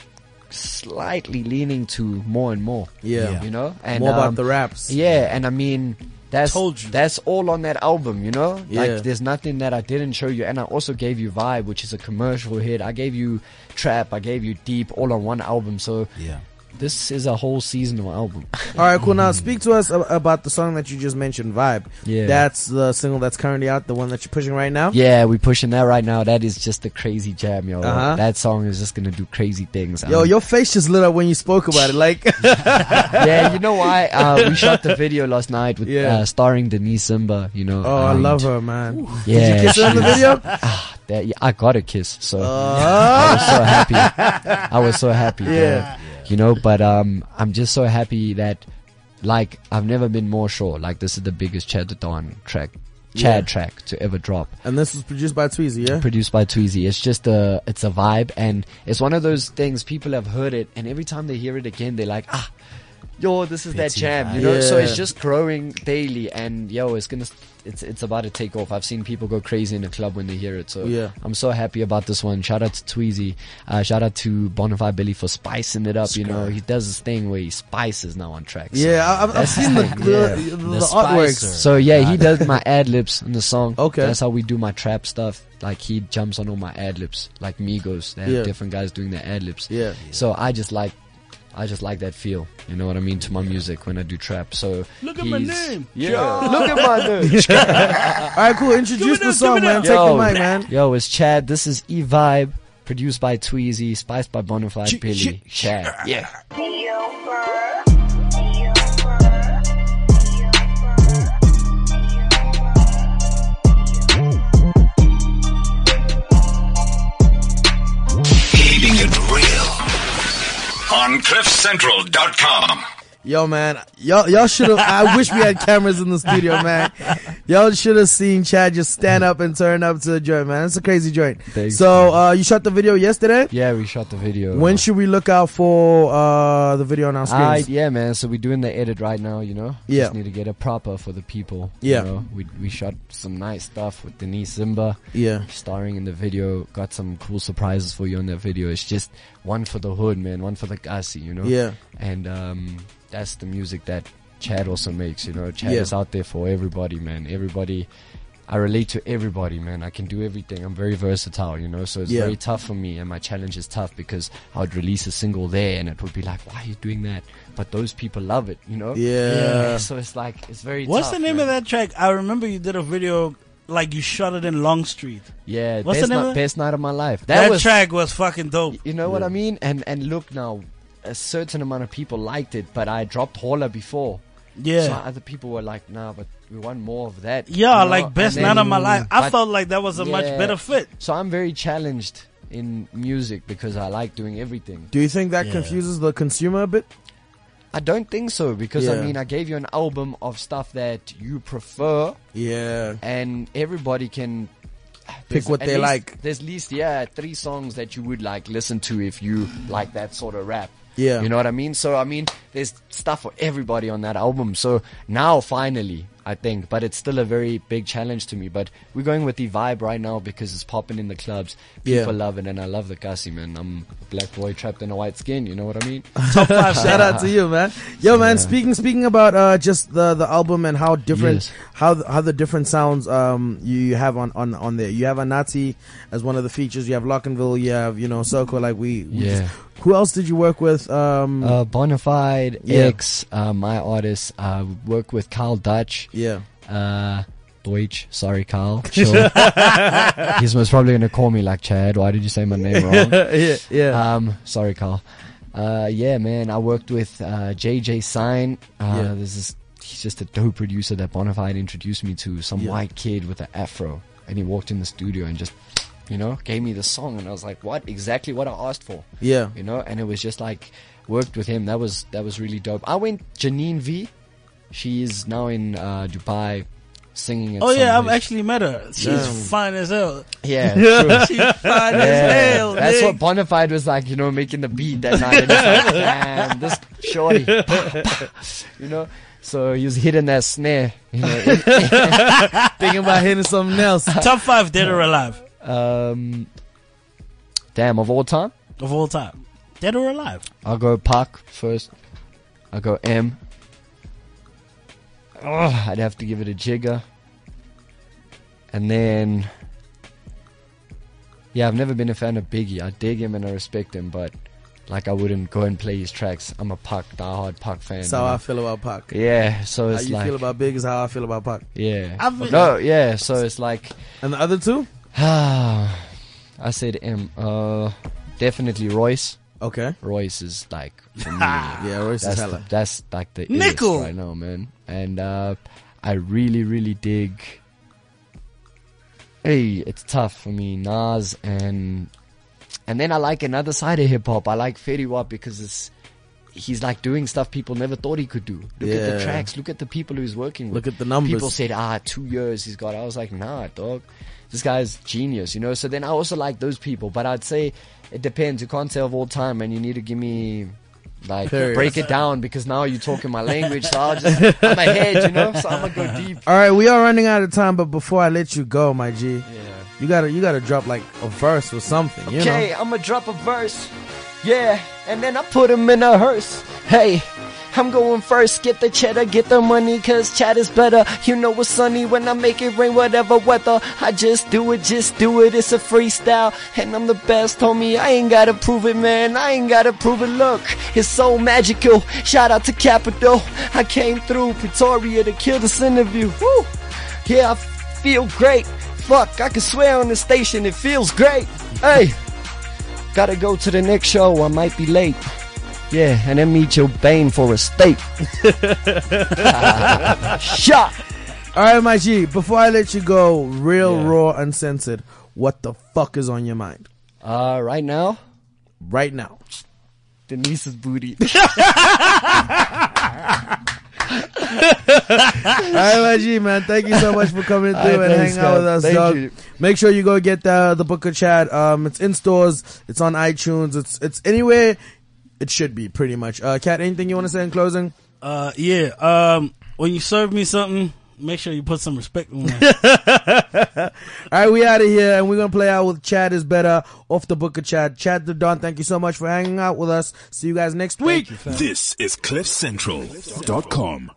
Speaker 5: slightly leaning to more and more.
Speaker 2: Yeah.
Speaker 5: you know, and
Speaker 2: More about
Speaker 5: um,
Speaker 2: the raps.
Speaker 5: Yeah, and I mean. That's
Speaker 3: Told you.
Speaker 5: that's all on that album, you know.
Speaker 2: Yeah.
Speaker 5: Like, there's nothing that I didn't show you, and I also gave you vibe, which is a commercial hit. I gave you trap, I gave you deep, all on one album. So
Speaker 7: yeah.
Speaker 5: this is a whole seasonal album. (laughs)
Speaker 2: All right, cool. Now speak to us a- about the song that you just mentioned, "Vibe."
Speaker 5: Yeah.
Speaker 2: that's the single that's currently out, the one that you're pushing right now.
Speaker 5: yeah, we're pushing that right now. That is just a crazy jam, yo.
Speaker 2: Uh-huh.
Speaker 5: That song is just gonna do crazy things.
Speaker 2: Yo,
Speaker 5: Um,
Speaker 2: your face just lit up when you spoke about it. (laughs) Like,
Speaker 5: (laughs) yeah, you know why? Uh, we shot the video last night
Speaker 2: (laughs)
Speaker 5: with
Speaker 2: Yeah.
Speaker 5: uh, starring Denise Simba. You know.
Speaker 2: oh, I
Speaker 5: and-
Speaker 2: love her, man.
Speaker 5: Yeah,
Speaker 2: Did you kiss her in the
Speaker 5: she's-
Speaker 2: video?
Speaker 5: that- yeah, I got a kiss, so
Speaker 2: Uh,
Speaker 5: I was so happy. I was so happy. bro.
Speaker 2: Yeah.
Speaker 5: You know, but um, I'm just so happy that, like, I've never been more sure. Like, this is the biggest Chad the Don track, Chad track to ever drop.
Speaker 2: (laughs) and this was produced by Tweezy, yeah.
Speaker 5: produced by Tweezy. It's just a, it's a vibe, and it's one of those things people have heard it, and every time they hear it again, they're like, ah, yo, this is that
Speaker 7: Pity
Speaker 5: jam, you know. So
Speaker 2: Yeah.
Speaker 5: it's just growing daily, and yo, it's gonna, it's it's about to take off. I've seen people go crazy in the club when they hear it. So
Speaker 2: Yeah.
Speaker 5: I'm so happy about this one. Shout out to Tweezy, uh, shout out to Bonafide Billy for spicing it up. You know, he does this thing where he spices now on tracks.
Speaker 2: Yeah, I, I've, I've seen the the, the,
Speaker 7: The
Speaker 2: artworks.
Speaker 7: Spicer.
Speaker 5: So yeah, he does my ad libs in the song.
Speaker 2: Okay.
Speaker 5: that's how we do my trap stuff. Like he jumps on all my ad libs, like Migos. They have
Speaker 2: Yeah.
Speaker 5: different guys doing their ad libs.
Speaker 2: Yeah.
Speaker 5: So I just like, I just like that feel. You know what I mean to my music when I do trap. So
Speaker 3: Look at my
Speaker 5: he's-
Speaker 3: name.
Speaker 5: Yeah, look at my name.
Speaker 2: (laughs) All right, cool. Introduce
Speaker 3: Give it
Speaker 2: the
Speaker 3: up,
Speaker 2: song,
Speaker 3: give it
Speaker 2: man.
Speaker 3: up.
Speaker 2: Take the mic, man.
Speaker 5: Yo, it's Chad. This is E Vibe, produced by Tweezy, spiced by Bonafide Billy. Chad. Yeah.
Speaker 8: Hey, yo, bruh. Hey, yo, bruh. Hey, yo, bruh. Hey, yo, bruh.
Speaker 1: CliffCentral.com.
Speaker 2: Yo, man, y'all, y'all should have. I wish we had cameras in the studio, man. Y'all should have seen Chad just stand up and turn up to the joint, man. It's a crazy joint.
Speaker 5: Thanks,
Speaker 2: so, uh, you shot the video yesterday.
Speaker 5: Yeah, we shot the video.
Speaker 2: When should we look out for uh, the video on our
Speaker 5: Ah,
Speaker 2: screens?
Speaker 5: yeah, man. So we're doing the edit right now, you know.
Speaker 2: Yeah.
Speaker 5: Just need to get it proper for the people.
Speaker 2: Yeah.
Speaker 5: You know? We we shot some nice stuff with Denise Zimba.
Speaker 2: Yeah.
Speaker 5: Starring in the video, got some cool surprises for you in that video. It's just one for the hood, man. One for the Kasi, you know.
Speaker 2: Yeah.
Speaker 5: And um, that's the music that Chad also makes. You know, Chad
Speaker 2: Yeah.
Speaker 5: is out there for everybody, man. Everybody. I relate to everybody, man. I can do everything. I'm very versatile, you know. So it's
Speaker 2: Yeah.
Speaker 5: very tough for me, and my challenge is tough because I would release a single there, and it would be like, "Why are you doing that?" But those people love it, you know.
Speaker 2: Yeah.
Speaker 5: So it's like it's very.
Speaker 3: What's
Speaker 5: tough,
Speaker 3: the name
Speaker 5: man.
Speaker 3: of that track? I remember you did a video like you shot it in Long Street.
Speaker 5: Yeah,
Speaker 3: What's the
Speaker 5: best,
Speaker 3: name of
Speaker 5: night,
Speaker 3: it?
Speaker 5: best night of my life. That,
Speaker 3: That,
Speaker 5: was.
Speaker 3: track was fucking dope.
Speaker 5: You know what I mean? And and look now, a certain amount of people liked it, but I dropped Holler before.
Speaker 3: Yeah.
Speaker 5: So other people were like, "Nah, but we want more of that."
Speaker 3: yeah,
Speaker 5: you know?
Speaker 3: like best
Speaker 5: And
Speaker 3: night of
Speaker 5: then-
Speaker 3: my life. I
Speaker 5: but-
Speaker 3: felt like that was a much
Speaker 5: Yeah.
Speaker 3: better fit.
Speaker 5: So I'm very challenged in music because I like doing everything.
Speaker 2: Do you think that confuses the consumer a bit?
Speaker 5: I don't think so because I
Speaker 2: Yeah.
Speaker 5: mean I gave you an album of stuff that you prefer
Speaker 2: (laughs) Yeah.
Speaker 5: and everybody can there's
Speaker 2: what
Speaker 5: at
Speaker 2: they
Speaker 5: least-
Speaker 2: like.
Speaker 5: There's at least yeah three songs that you would like listen to if you like that sort of rap.
Speaker 2: Yeah.
Speaker 5: you know what I mean. So I mean, there's stuff for everybody on that album. So now finally, I think, but it's still a very big challenge to me. But we're going with the vibe right now because it's popping in the clubs.
Speaker 2: Yeah.
Speaker 5: People love it, and I love the Gussie man. I'm a black boy trapped in a white skin. You know what
Speaker 2: (laughs)
Speaker 5: I mean?
Speaker 2: Shout out to you, man. Yo, man. Speaking speaking about uh, just the, the album and how different
Speaker 5: Yes.
Speaker 2: how the, how the different sounds um you, you have on, on on there. You have Anati as one of the features. You have Lockenville. You have you know Soko. Like we, we
Speaker 5: Yeah.
Speaker 2: just- who else did you work with? Um,
Speaker 5: uh, Bonafide,
Speaker 2: Yeah.
Speaker 5: X, uh, my artist. I work with Kyle Dutch.
Speaker 2: yeah.
Speaker 5: Uh, Deutsch, sorry, Kyle. Chill. He's most probably gonna call me like Chad. Why did you say my name wrong?
Speaker 2: (laughs) yeah. (laughs) Yeah.
Speaker 5: um, sorry, Kyle. Uh, yeah, man. I worked with uh, JJ Sign. Uh,
Speaker 2: Yeah.
Speaker 5: This is he's just a dope producer that Bonafide introduced me to. Some
Speaker 2: Yeah.
Speaker 5: white kid with an afro, and he walked in the studio and just, you know, gave me the song, and I was like, what? Exactly what I asked for
Speaker 2: yeah.
Speaker 5: you know and it was just like worked with him that was that was really dope i went janine v she is now in uh dubai singing at
Speaker 3: Oh
Speaker 5: some
Speaker 3: yeah, I've
Speaker 5: place.
Speaker 3: actually met her. She's
Speaker 2: Yeah.
Speaker 3: fine as hell. (laughs)
Speaker 5: yeah, true.
Speaker 3: She's fine as
Speaker 5: Yeah.
Speaker 3: hell.
Speaker 5: that's
Speaker 3: nigga.
Speaker 5: what Bonafide was like, you know, making the beat that night. And it's like, damn, this
Speaker 3: (laughs)
Speaker 5: shorty, you know. So he was hitting that snare,
Speaker 3: (laughs)
Speaker 5: you know. (laughs)
Speaker 2: Thinking about hitting something (laughs) else.
Speaker 3: Top five dead or alive
Speaker 5: um, damn, of all time,
Speaker 3: of all time. Dead or alive?
Speaker 5: I'll go Park first. I'll go M. Oh, I'd have to give it a jigger. And then. Yeah, I've never been a fan of Biggie. I dig him and I respect him, but like I wouldn't go and play his tracks. I'm a Puck, diehard Puck fan.
Speaker 2: That's how I feel about Pac.
Speaker 5: yeah, so
Speaker 2: How
Speaker 5: it's
Speaker 2: you
Speaker 5: like
Speaker 2: feel about Big is how I feel about Pac.
Speaker 5: yeah,
Speaker 3: I've-
Speaker 5: no, yeah. So it's like (sighs)
Speaker 2: And the other two?
Speaker 5: I said M. Uh, definitely Royce.
Speaker 2: Okay.
Speaker 5: Royce is like for me,
Speaker 2: Yeah, Royce is
Speaker 5: Ah, that's,
Speaker 2: hella.
Speaker 5: the- that's like the
Speaker 3: Nickel.
Speaker 5: nickel right now, man. And uh, I really, really dig. Hey, it's tough for me, Nas, and and then I like another side of hip hop. I like Fetty Wap because it's he's like doing stuff people never thought he could do. Look at
Speaker 2: Yeah.
Speaker 5: the tracks. Look at the people he's working with.
Speaker 2: Look at the numbers.
Speaker 5: People said, ah, two years he's got. I was like, nah, dog. This guy's genius, you know. So then I also like those people, but I'd say it depends. You can't say of all time, and you need to give me like
Speaker 2: Period.
Speaker 5: break it down because now you're talking my language. So I'll just I'm ahead, you know. So I'm gonna go deep.
Speaker 2: All right, we are running out of time, but before I let you go, my G, you gotta you gotta drop like a verse or something, you know.
Speaker 5: Okay, I'ma drop a verse. Yeah, and then I put him in a hearse. Hey, I'm going first. Get the cheddar, get the money, cause chat is better. You know it's sunny when I make it rain, whatever weather. I just do it, just do it. It's a freestyle, and I'm the best, homie. I ain't gotta prove it, man. I ain't gotta prove it. Look, it's so magical. Shout out to Capital. I came through Pretoria to kill this interview. Woo! Yeah, I feel great. Fuck, I can swear on the station, it feels great. Hey! Gotta go to the next show, I might be late. Yeah, and then meet Joe Bane for a steak. (laughs) Shot!
Speaker 2: All right, my G, before I let you go, real
Speaker 5: Yeah.
Speaker 2: raw uncensored, what the fuck is on your mind
Speaker 5: Uh, right now, (laughs)
Speaker 2: right now?
Speaker 5: Denise's booty.
Speaker 2: Alright, my G, man. Thank you so much for coming through
Speaker 5: All right,
Speaker 2: and
Speaker 5: thanks,
Speaker 2: hanging out
Speaker 5: man.
Speaker 2: with us,
Speaker 5: Thank
Speaker 2: dog.
Speaker 5: you.
Speaker 2: Make sure you go get the the book of chat. Um, it's in stores. It's on iTunes. It's it's anywhere. It should be pretty much. Uh, Kat, anything you want to say in closing?
Speaker 3: Uh, yeah. Um, when you serve me something, make sure you put some respect on it.
Speaker 2: All right, we out of here, and we're gonna play out with Chad is better off the book of Chad. Chad the Don, thank you so much for hanging out with us. See you guys next week.
Speaker 1: This is CliffCentral.com.